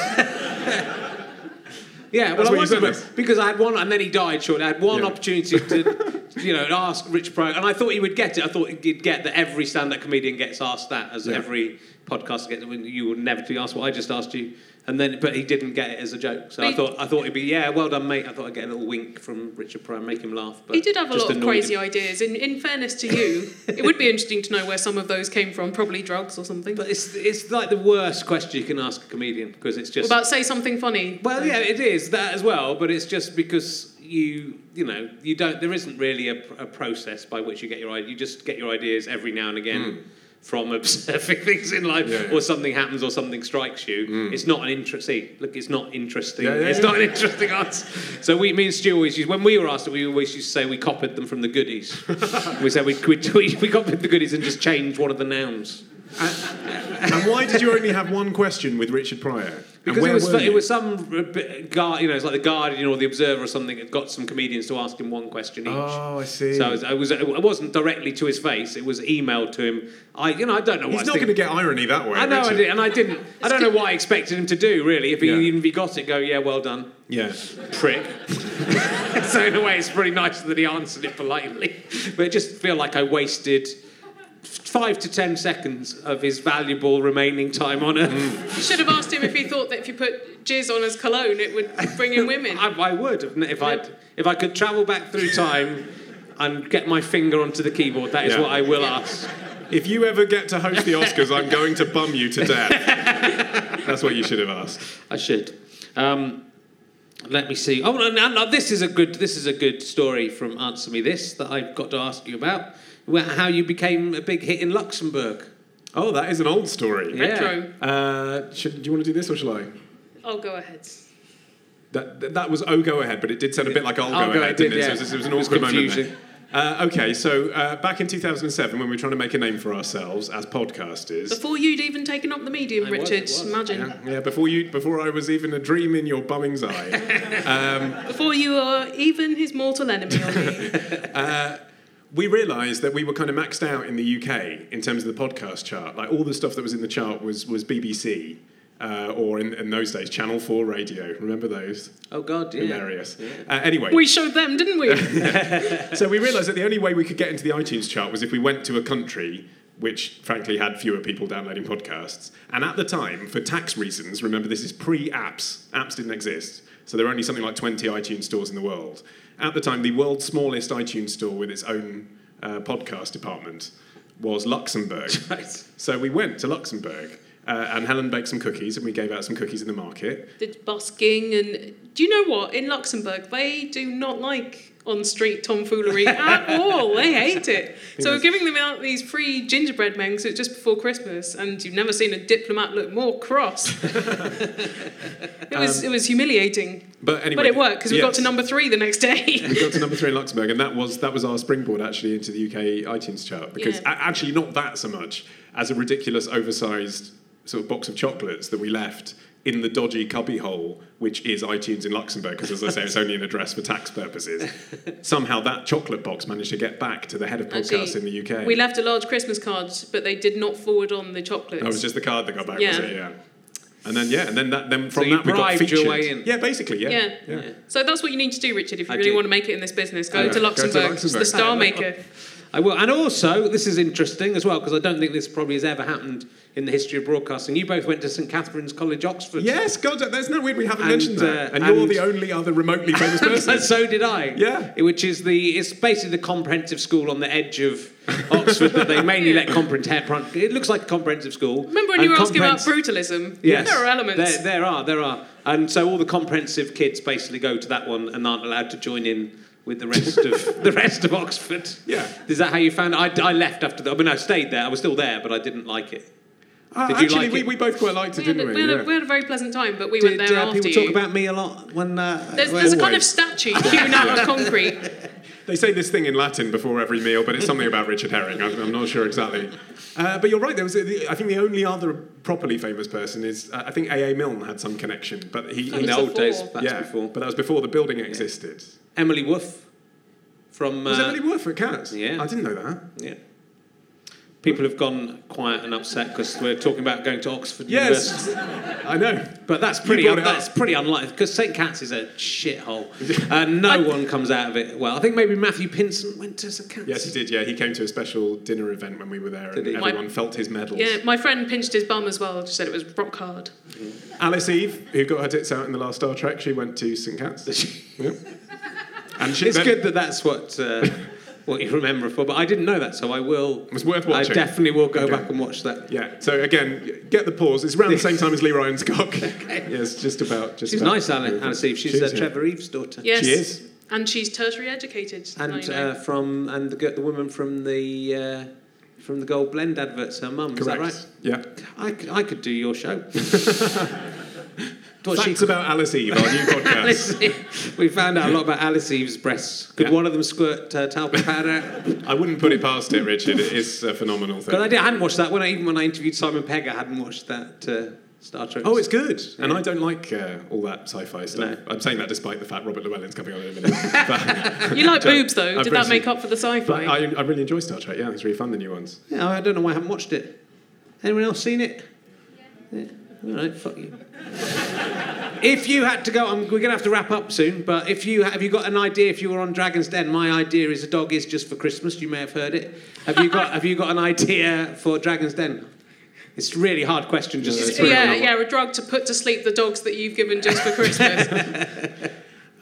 S1: yeah, well,
S2: That's
S1: I
S2: what you
S1: was
S2: said,
S1: embarrassed, because I had one, and then he died shortly. I had one
S2: Yeah.
S1: opportunity to, you know, ask Richard Pryor, and I thought he would get it. I thought he'd get that every stand-up comedian gets asked that, as
S2: Yeah.
S1: every podcaster gets. when You will never be asked what I just asked you, and then, but he didn't get it as a joke. So I
S3: He-
S1: thought, I thought he'd be, yeah, well done, mate. I thought I'd get a little wink from Richard Pryor, make him laugh. But
S3: He did have a
S1: just
S3: lot of
S1: annoyed
S3: crazy
S1: him.
S3: ideas. In, in fairness to you, it would be interesting to know where some of those came from. Probably drugs or something.
S1: But it's it's like the worst question you can ask a comedian because it's
S3: What
S1: just
S3: about say something funny?
S1: Well, yeah, it is that as well, but it's just because you, you know, you don't. There isn't really a, pr- a process by which you get your idea. You just get your ideas every now and again from observing things in life,
S2: Hmm. Yeah, yeah.
S1: or something happens, or something strikes you. It's not an interesting. Look, it's not interesting.
S2: Yeah, yeah,
S1: it's
S2: yeah.
S1: not an interesting answer. So we, me and Stu always used when we were asked, it, we always used to say we copied them from the goodies. we said we, we we copied the goodies and just changed one of the nouns.
S2: and why did you only have one question with Richard Pryor? And
S1: Because it was,
S2: were
S1: it
S2: you?
S1: was some r- b- guard, you know, it's like the Guardian or the Observer or something. It got some comedians to ask him one question each.
S2: Oh, I see.
S1: So it was, it, was, it wasn't directly to his face. It was emailed to him. I, you know, I don't know. what
S2: He's
S1: I
S2: not
S1: was
S2: going to
S1: thinking.
S2: get irony that way.
S1: I know I
S2: Richard.
S1: did, and I didn't. I don't know what I expected him to do really. If he
S2: Yeah.
S1: even if he got it, go yeah, well done,
S2: Yeah.
S1: prick. so in a way, it's pretty nice that he answered it politely, but it just feel like I wasted five to ten seconds of his valuable remaining time on earth.
S3: You should have asked him if he thought that if you put jizz on as cologne, it would bring in women.
S1: I, I would if- if I if I could travel back through time and get my finger onto the keyboard. That is
S2: Yeah.
S1: what I will ask.
S2: If you ever get to host the Oscars, I'm going to bum you to death. That's what you should have asked.
S1: I should. Um, let me see. Oh, no, no, no, this is a good this is a good story from Answer Me This that I've got to ask you about. Where, how you became a big hit in Luxembourg.
S2: Oh, that is an old story.
S1: Yeah.
S3: Retro.
S2: Uh, should, do you want to do this or shall I?
S3: I'll Oh, go ahead.
S2: That, that- that was oh go ahead, but it did sound a bit like I'll,
S1: I'll
S2: go,
S1: go
S2: ahead,
S1: ahead did,
S2: didn't it? So
S1: yeah.
S2: it, was, it was an
S1: It was
S2: awkward moment. there.
S1: confusing.
S2: Uh, okay, so uh, back in 2007, when we were trying to make a name for ourselves as podcasters,
S3: Before you'd even taken up the medium,
S1: I was,
S3: Richard,
S1: it was,
S3: imagine.
S2: yeah, before you, before I was even a dream in your bumming's eye.
S3: Before you were even his mortal enemy. on you.
S2: we realised that we were kind of maxed out in the UK in terms of the podcast chart. Like all the stuff that was in the chart was was BBC. Uh, or in, in those days, Channel 4 radio. Remember those?
S1: Oh God, yeah.
S2: Hilarious. Uh, anyway,
S3: we showed them, didn't we?
S2: so we realised that the only way we could get into the iTunes chart was if we went to a country which, frankly, had fewer people downloading podcasts. And at the time, for tax reasons, remember this is pre apps, apps didn't exist. So there were only something like 20 iTunes stores in the world. At the time, the world's smallest iTunes store with its own uh, podcast department was Luxembourg.
S1: Right.
S2: So we went to Luxembourg. Uh, and Helen baked some cookies, and we gave out some cookies in the market.
S3: Did busking and do you know what? In Luxembourg, they do not like on street tomfoolery at all. They hate it. So we're giving them out these free gingerbread men 'cause it's just before Christmas, and you've never seen a diplomat look more cross. it was it was humiliating,
S2: But anyway,
S3: but it worked because we got
S2: Um, yes.
S3: to number three the next day.
S2: we got to number three in Luxembourg, and that was that was our springboard actually into the UK iTunes chart because
S3: Yeah.
S2: a- actually not that so much as a ridiculous oversized sort of box of chocolates that we left in the dodgy cubbyhole which is iTunes in Luxembourg because as I say it's only an address for tax purposes. Somehow that chocolate box managed to get back to the head of podcasts
S3: Actually,
S2: in the UK.
S3: We left a large Christmas card, but they did not forward on the chocolates.
S2: That was just the card that got back. Was
S3: Yeah.
S2: it? yeah. And then yeah, and then that then from
S1: you
S2: that we got
S1: bribed
S2: featured.
S1: your way in.
S2: Yeah, basically, yeah.
S3: Yeah.
S2: yeah.
S3: So that's what you need to do, Richard, if you
S1: I
S3: really
S1: do.
S3: want to make it in this business. Go,
S2: Yeah.
S3: to,
S2: Go to
S3: Luxembourg. It's
S2: Luxembourg.
S3: the star maker.
S1: I will. And also, this is interesting as well because I don't think this probably has ever happened in the history of broadcasting. You both went to St Catherine's College, Oxford.
S2: Yes, God, there's no weird we haven't
S1: And,
S2: mentioned that.
S1: uh,
S2: and you're
S1: and-
S2: the only other remotely famous person.
S1: and so did I.
S2: Yeah.
S1: It- Which is the it's basically the comprehensive school on the edge of Oxford that they mainly let comprehensive. It looks like a comprehensive school.
S3: Remember when you were
S1: And
S3: asking about
S1: comprehens-
S3: brutalism?
S1: Yes.
S3: There are elements.
S1: There, there are, there are. And so all the comprehensive kids basically go to that one and aren't allowed to join in with the rest of the rest of Oxford.
S2: Yeah.
S1: Is that how you found it? I, I left after that. I mean, I stayed there. I was still there, but I didn't like it.
S2: Uh,
S1: Did you
S2: actually,
S1: like
S2: we,
S1: it?
S2: we both quite liked it,
S3: we, had,
S2: didn't we?
S3: a- we, had
S2: Yeah.
S3: a, we had a very pleasant time, but we went
S1: Did
S3: there
S1: uh,
S3: after
S1: people
S3: you.
S1: talk about me a lot when? Uh,
S3: there's
S1: when-
S3: there's a kind of statue hewn out of concrete.
S2: They say this thing in Latin before every meal, but it's something about Richard Herring. I'm, I'm not sure exactly. Uh, but you're right. There was, a, the, I think, the only other properly famous person is uh, I think A.A. Milne had some connection, but he,
S3: That
S2: he
S3: was
S1: In the old
S3: before.
S1: days, that's
S2: yeah,
S1: before.
S2: but that was before the building existed.
S1: Emily Woof from.
S2: Was
S1: uh,
S2: Emily Worth at Cats?
S1: yeah.
S2: I didn't know that.
S1: Yeah. People have gone quiet and upset because we're talking about going to Oxford University.
S2: Yes, I know.
S1: But that's pretty
S2: brought
S1: un-
S2: it up.
S1: that's pretty unlikely because St Cat's is a shithole. Uh, no one comes out of it well. I think maybe Matthew Pinson went to St Cat's.
S2: Yes, he did. Yeah, he came to a special dinner event when we were there, and
S1: he?
S2: everyone felt his medals.
S3: Yeah, my friend pinched his bum as well. Just said it was rock hard.
S2: Alice Eve, who got her tits out in the last Star Trek, she went to St Cat's. yeah. And she,
S1: It's
S2: then-
S1: good that that's what uh, what you remember it for. But I didn't know that, so I will.
S2: It was worth
S1: I
S2: watching.
S1: definitely will go
S2: Okay.
S1: back and watch that.
S2: Yeah. So again, get the pause. It's around the same time as Lee Ryan's cock. Yes, just about. Just
S1: She's
S2: about
S1: nice, Alice, Alice Eve. She's,
S2: She
S1: uh,
S2: is, yeah.
S1: Trevor Eve's daughter.
S3: Yes.
S2: She is.
S3: And she's tertiary educated. now
S1: And
S3: Oh, you know.
S1: uh, from and the, g- the woman from the uh, from the Gold Blend adverts, her mum. Is that
S2: Correct.
S1: right?
S2: Yeah.
S1: I could, I could do your show. What she-
S2: Facts about Alice Eve, our new podcast.
S1: Alice Eve- we found out a lot about Alice Eve's breasts. Could
S2: Yeah.
S1: one of them squirt uh, talcum powder?
S2: I wouldn't put it past it, Richard. It is a phenomenal
S1: Good
S2: thing.
S1: idea. I hadn't watched that when I even when I interviewed Simon Pegg. I hadn't watched that uh, Star Trek.
S2: Oh, it's good. And I don't like uh, all that sci-fi
S1: No.
S2: stuff. I'm saying that despite the fact Robert Llewellyn's coming on in a minute. But,
S3: you like
S2: Joe,
S3: boobs though.
S2: I've
S3: Did that
S2: risen-
S3: make up for the sci-fi?
S2: but I, I really enjoy Star Trek. Yeah, it's really fun, the new ones.
S1: Yeah, I don't know why I haven't watched it. Anyone else seen it? Yeah. All right, fuck you. if you had to go, um, we're going to have to wrap up soon. But if you have you got an idea, if you were on Dragon's Den, my idea is a dog is just for Christmas. You may have heard it. Have you got Have you got an idea for Dragon's Den? It's a really hard question. Just to
S3: Just-
S1: throw it
S3: yeah,
S1: out.
S3: yeah, a drug to put to sleep the dogs that you've given just for Christmas.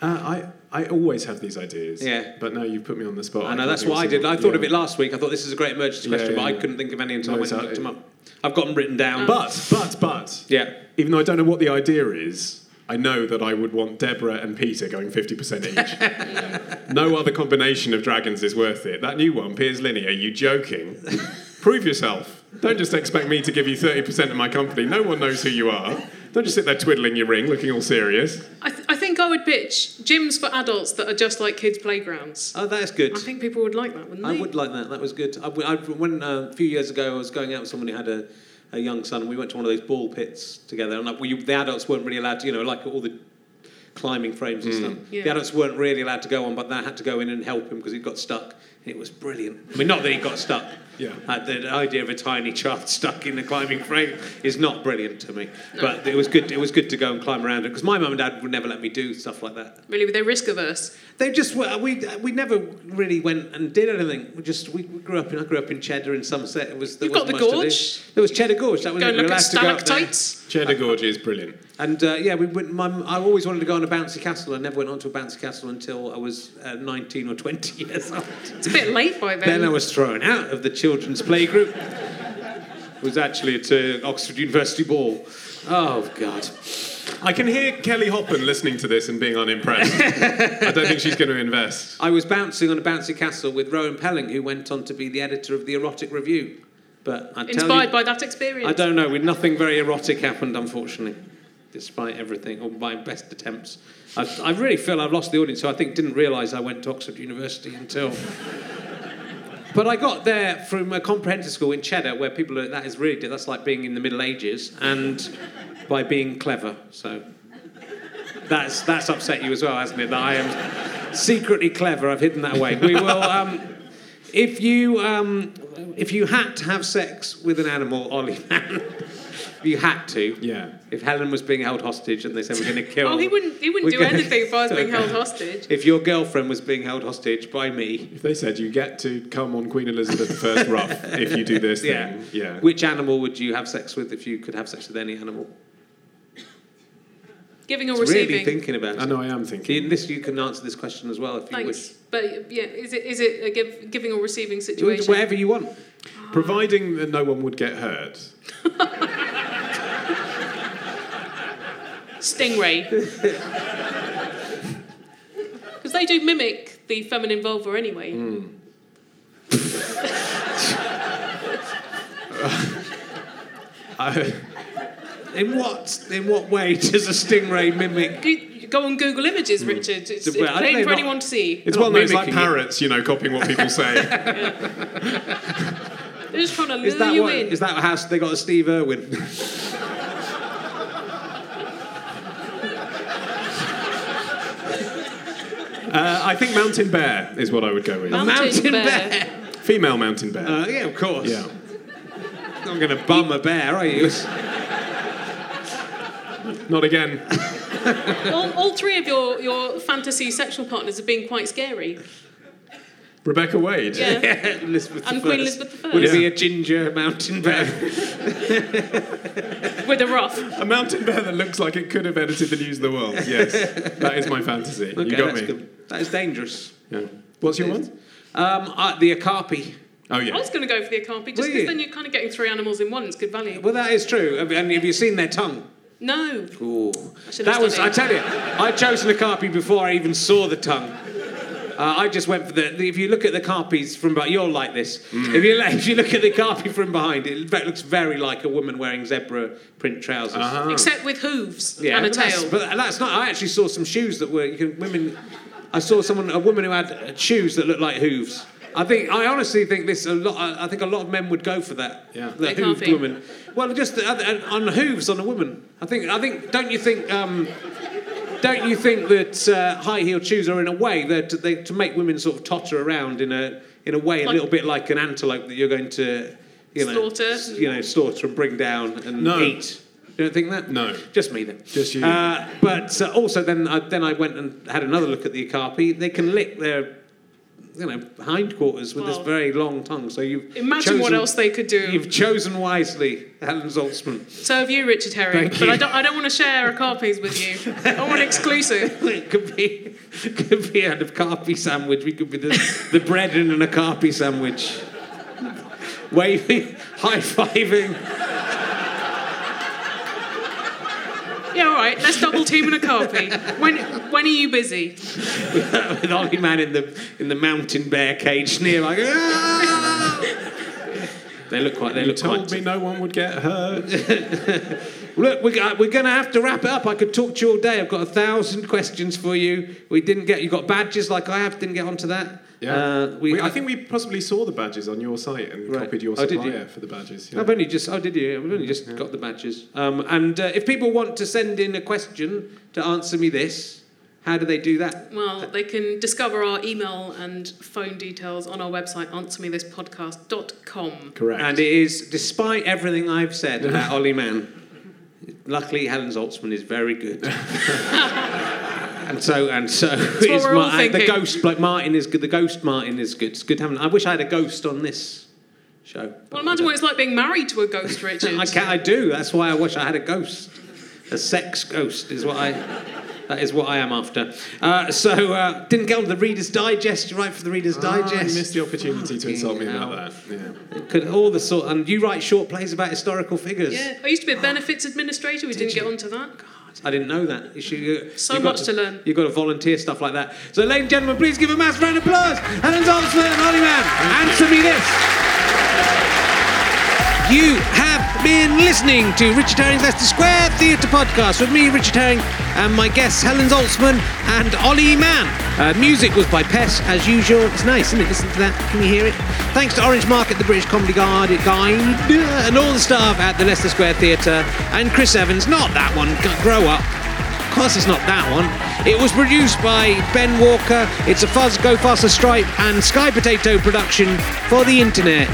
S2: Uh, I, I always have these ideas.
S1: Yeah.
S2: But now you've put me on the spot.
S1: I know
S2: can't
S1: that's
S2: think of
S1: what
S2: a
S1: I did.
S2: single-
S1: I thought
S2: yeah.
S1: of it last week. I thought this is a great emergency
S2: Yeah,
S1: question,
S2: yeah,
S1: but I
S2: yeah.
S1: couldn't think of any until
S2: No,
S1: I went
S2: it's
S1: and
S2: out-
S1: looked them up. I've got them written
S3: Oh.
S1: down.
S2: But, but, but.
S1: yeah,
S2: Even though I don't know what the idea is, I know that I would want Deborah and Peter going 50% each. no other combination of dragons is worth it. That new one, Piers Linney, are you joking? Prove yourself. Don't just expect me to give you 30% of my company. No one knows who you are. Don't just sit there twiddling your ring looking all serious.
S3: I, th- I think I would pitch gyms for adults that are just like kids' playgrounds.
S1: oh, that is good.
S3: I think people would like that, wouldn't
S1: I
S3: they?
S1: would like that. That was good. I, I, when uh, a few years ago, I was going out with someone who had a, a young son, and we went to one of those ball pits together. And like, we, the adults weren't really allowed to, you know, like all the climbing frames and stuff. The
S3: Yeah.
S1: adults weren't really allowed to go on, but they had to go in and help him because he got stuck. And it was brilliant. I mean, not that he got stuck.
S2: Yeah.
S1: Uh, the idea of a tiny child stuck in a climbing frame is not brilliant to me. But it was good. It was good to go and climb around it because my mum and dad would never let me do stuff like that.
S3: Really, they're risk averse.
S1: They just were, we we never really went and did anything. We just we, we grew up in I grew up in Cheddar in Somerset. It was there
S3: You've got
S1: wasn't much
S3: the
S1: to do.
S3: gorge.
S1: There was Cheddar Gorge. That was
S3: Go
S1: it.
S3: and
S1: we were
S3: look at
S1: allowed to go up there.
S3: stalactites.
S2: Cheddar Gorge is brilliant.
S1: And uh, yeah, we went. My, I always wanted to go on a bouncy castle. I never went onto a bouncy castle until I was uh, nineteen or twenty years old.
S3: It's a bit late by then.
S1: then I was thrown out of the children's playgroup. it was actually at uh, Oxford University ball. Oh God.
S2: I can hear Kelly Hoppen listening to this and being unimpressed. I don't think she's going to invest.
S1: I was bouncing on a bouncy castle with Rowan Pelling, who went on to be the editor of the Erotic Review. But I tell you,
S3: Inspired by that experience.
S1: I don't know. We, nothing very erotic happened, unfortunately, despite everything or my best attempts. I, I really feel I've lost the audience, so I think didn't realise I went to Oxford University until. But I got there from a comprehensive school in Cheddar, where people are, that is really that's like being in the Middle Ages, and by being clever. So that's that's upset you as well, hasn't it? That I am secretly clever. I've hidden that away. We will. Um, if you um, if you had to have sex with an animal, Ollie man, if you had to,
S2: Yeah.
S1: If Helen was being held hostage and they said we're going to kill,
S3: Oh, he wouldn't. He wouldn't
S1: we're
S3: do
S1: gonna-
S3: anything if I was being held hostage.
S1: If your girlfriend was being held hostage by me,
S2: If they said you get to come on Queen Elizabeth I rough if you do this
S1: yeah,
S2: thing, yeah.
S1: Which animal would you have sex with if you could have sex with any animal?
S3: Giving or
S1: Really
S3: receiving.
S1: thinking about
S2: I
S1: it.
S2: know I am thinking.
S1: You- This you can answer this question as well if you
S3: Thanks. But yeah, is it is it a give, giving or receiving
S1: wish.
S3: situation?
S1: Whatever you want.
S2: Providing that no one would get hurt.
S3: Stingray. Because they do mimic the feminine vulva anyway.
S1: Hmm.
S2: I,
S1: In what in what way does a stingray mimic
S3: You- Go on Google Images, Richard. It's,
S1: Hmm. Well,
S3: it's
S1: I'd
S3: plain
S1: say
S3: for
S1: not-
S3: anyone to see.
S2: It's
S1: They're
S2: well
S1: not
S2: known. It's like
S1: mimicking it.
S2: parrots, you know, copying what people say.
S3: They're just trying to
S1: Is
S3: lure
S1: that
S3: you
S1: what,
S3: in.
S1: is that how they got a Steve Irwin?
S2: Uh, I think mountain bear is what I would go with.
S1: Mountain
S3: bear.
S1: bear.
S2: Female mountain bear.
S1: Um, Uh, yeah, of course.
S2: yeah.
S1: Not going to bum a bear, are you?
S2: Not again.
S3: All, all three of your, your fantasy sexual partners have been quite scary.
S2: Rebecca Wade.
S3: Yeah.
S1: Elizabeth
S3: And
S1: the
S3: Queen
S1: First.
S3: Elizabeth the
S1: Would it
S3: First.
S1: be a ginger mountain bear?
S3: With a ruff.
S2: A mountain bear that looks like it could have edited the news of the world. Yes. that is my fantasy. you got
S1: that's
S2: me.
S1: good. That is dangerous.
S2: Yeah. What's your one?
S1: Um, uh, the Akapi.
S2: Oh,
S3: I
S2: yeah.
S3: was going to go for the Akapi just
S1: Were you?
S3: because then you're kind of getting three animals in one. It's good value.
S1: Well, that is true. I mean, have you seen their tongue?
S3: No.
S1: Ooh.
S3: should've
S1: That was, I
S3: studied.
S1: tell you, I chose the Akapi before I even saw the tongue. Uh, I just went for the, the. If you look at the carpies from behind, you're like this. If, you, if you look at the carpy from behind, it ve- looks very like a woman wearing zebra print trousers.
S3: Except with hooves
S1: Yeah,
S3: and a
S1: but that's-
S3: tail.
S1: But that's not. I actually saw some shoes that were you can, women. I saw someone, a woman who had uh, shoes that looked like hooves. I think I honestly think this a lot. I, I think a lot of men would go for that.
S2: Yeah.
S1: the
S3: They can't
S1: hooved
S3: be.
S1: woman. Well, just the, other- and on hooves on a woman. I think. I think. Don't you think? Um, don't you think that uh, high-heeled shoes are in a way that they to make women sort of totter around in a in a way a
S3: Like-
S1: little bit like an antelope that you're going to you know
S3: Slaughter.
S1: s- you know slaughter and bring down and
S2: No.
S1: eat. You don't think that?
S2: No.
S1: Just me then.
S2: Just you.
S1: Uh, but uh, also then I, then I went and had another look at the Akapi. They can lick their you know hindquarters with this
S3: Well.
S1: very long tongue. So you've
S3: Imagine what
S1: chosen-
S3: else they could do.
S1: You've chosen wisely, Helen Zaltzman.
S3: So have you, Richard Herring.
S1: Thank
S3: But
S1: you.
S3: I don't, I don't want to share Akapi's with you. I want exclusive.
S1: It could be could be an Akapi sandwich. We could be the, the bread in an Akapi sandwich. Waving, high fiving.
S3: Yeah, all right. Let's double team an Akapi. When, when are you busy?
S1: with Ollie Man in the in the mountain bear cage near, like. "Ah!" they look quite. They
S2: You
S1: look
S2: told
S1: quite.
S2: me no one would get hurt.
S1: Look, we're, go- we're going to have to wrap it up. I could talk to you all day. I've got a thousand questions for you. We didn't get. You got badges like I have. Didn't get onto that. Uh, we,
S2: I think we possibly saw the badges on your site and
S1: Right.
S2: copied your
S1: Oh, did you?
S2: supplier for the badges. yeah.
S1: I've only just. Oh, did you? I've only just got the badges. Um, and uh, if people want to send in a question to answer me this, how do they do that?
S3: Well, they can discover our email and phone details on our website, answermethispodcast.com.
S2: Correct.
S1: And it is, despite everything I've said about Ollie Mann, luckily Helen Zaltzman is very good. and so, and so,
S3: what
S1: is
S3: we're all
S1: Mar- the
S3: thinking.
S1: ghost, like Martin is good. The ghost Martin is good. It's good having. I wish I had a ghost on this show.
S3: Well, imagine what it's like being married to a ghost, Richard.
S1: I can I do. That's why I wish I had a ghost. A sex ghost is what I. That is what I am after. Uh, so uh, didn't get on the Reader's Digest. You write for the Reader's
S2: Ah, you
S1: Digest.
S2: missed the opportunity to insult me about that. Yeah.
S1: Could all the sort and you write short plays about historical figures.
S3: Yeah, I used to be a benefits administrator. We didn't get onto that.
S1: I didn't know that. You should- you-
S3: So
S1: you've got
S3: much to learn.
S1: You've got to volunteer stuff like that. So, ladies and gentlemen, please give a massive round of applause. Helen Zaltzman and Ollie Mann, answer me this. You have been listening to Richard Herring's Leicester Square Theatre Podcast with me, Richard Herring, and my guests Helen Zaltzman and Ollie Mann. Uh, music was by Pess, as usual. It's nice, isn't it? Listen to that. Can you hear it? Thanks to Orange Market, the British Comedy Guard, Guide, uh, and all the staff at the Leicester Square Theatre, and Chris Evans. Not that one. G- Grow up. Of course, it's not that one. It was produced by Ben Walker. It's a Fuzz Go Faster Stripe and Sky Potato production for the internet.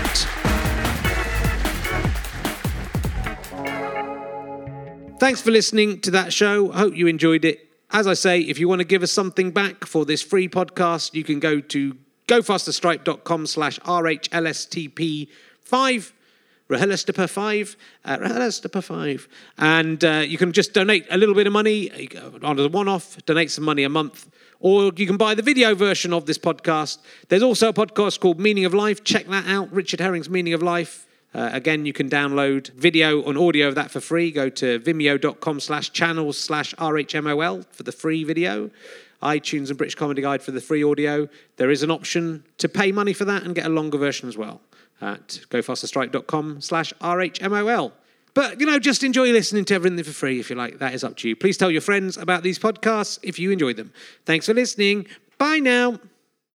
S1: Thanks for listening to that show. I hope you enjoyed it. As I say, if you want to give us something back for this free podcast, you can go to gofasterstripe.com slash RHLSTP5, Rahelastapa5, uh, Rahelastapa5. And uh, you can just donate a little bit of money you go on the one-off, donate some money a month, or you can buy the video version of this podcast. There's also a podcast called Meaning of Life. Check that out, Richard Herring's Meaning of Life. Uh, again, you can download video and audio of that for free. Go to vimeo.com slash channels slash RHMOL for the free video. iTunes and British Comedy Guide for the free audio. There is an option to pay money for that and get a longer version as well at gofasterstripe.com slash RHMOL. But, you know, just enjoy listening to everything for free if you like. That is up to you. Please tell your friends about these podcasts if you enjoy them. Thanks for listening. Bye now.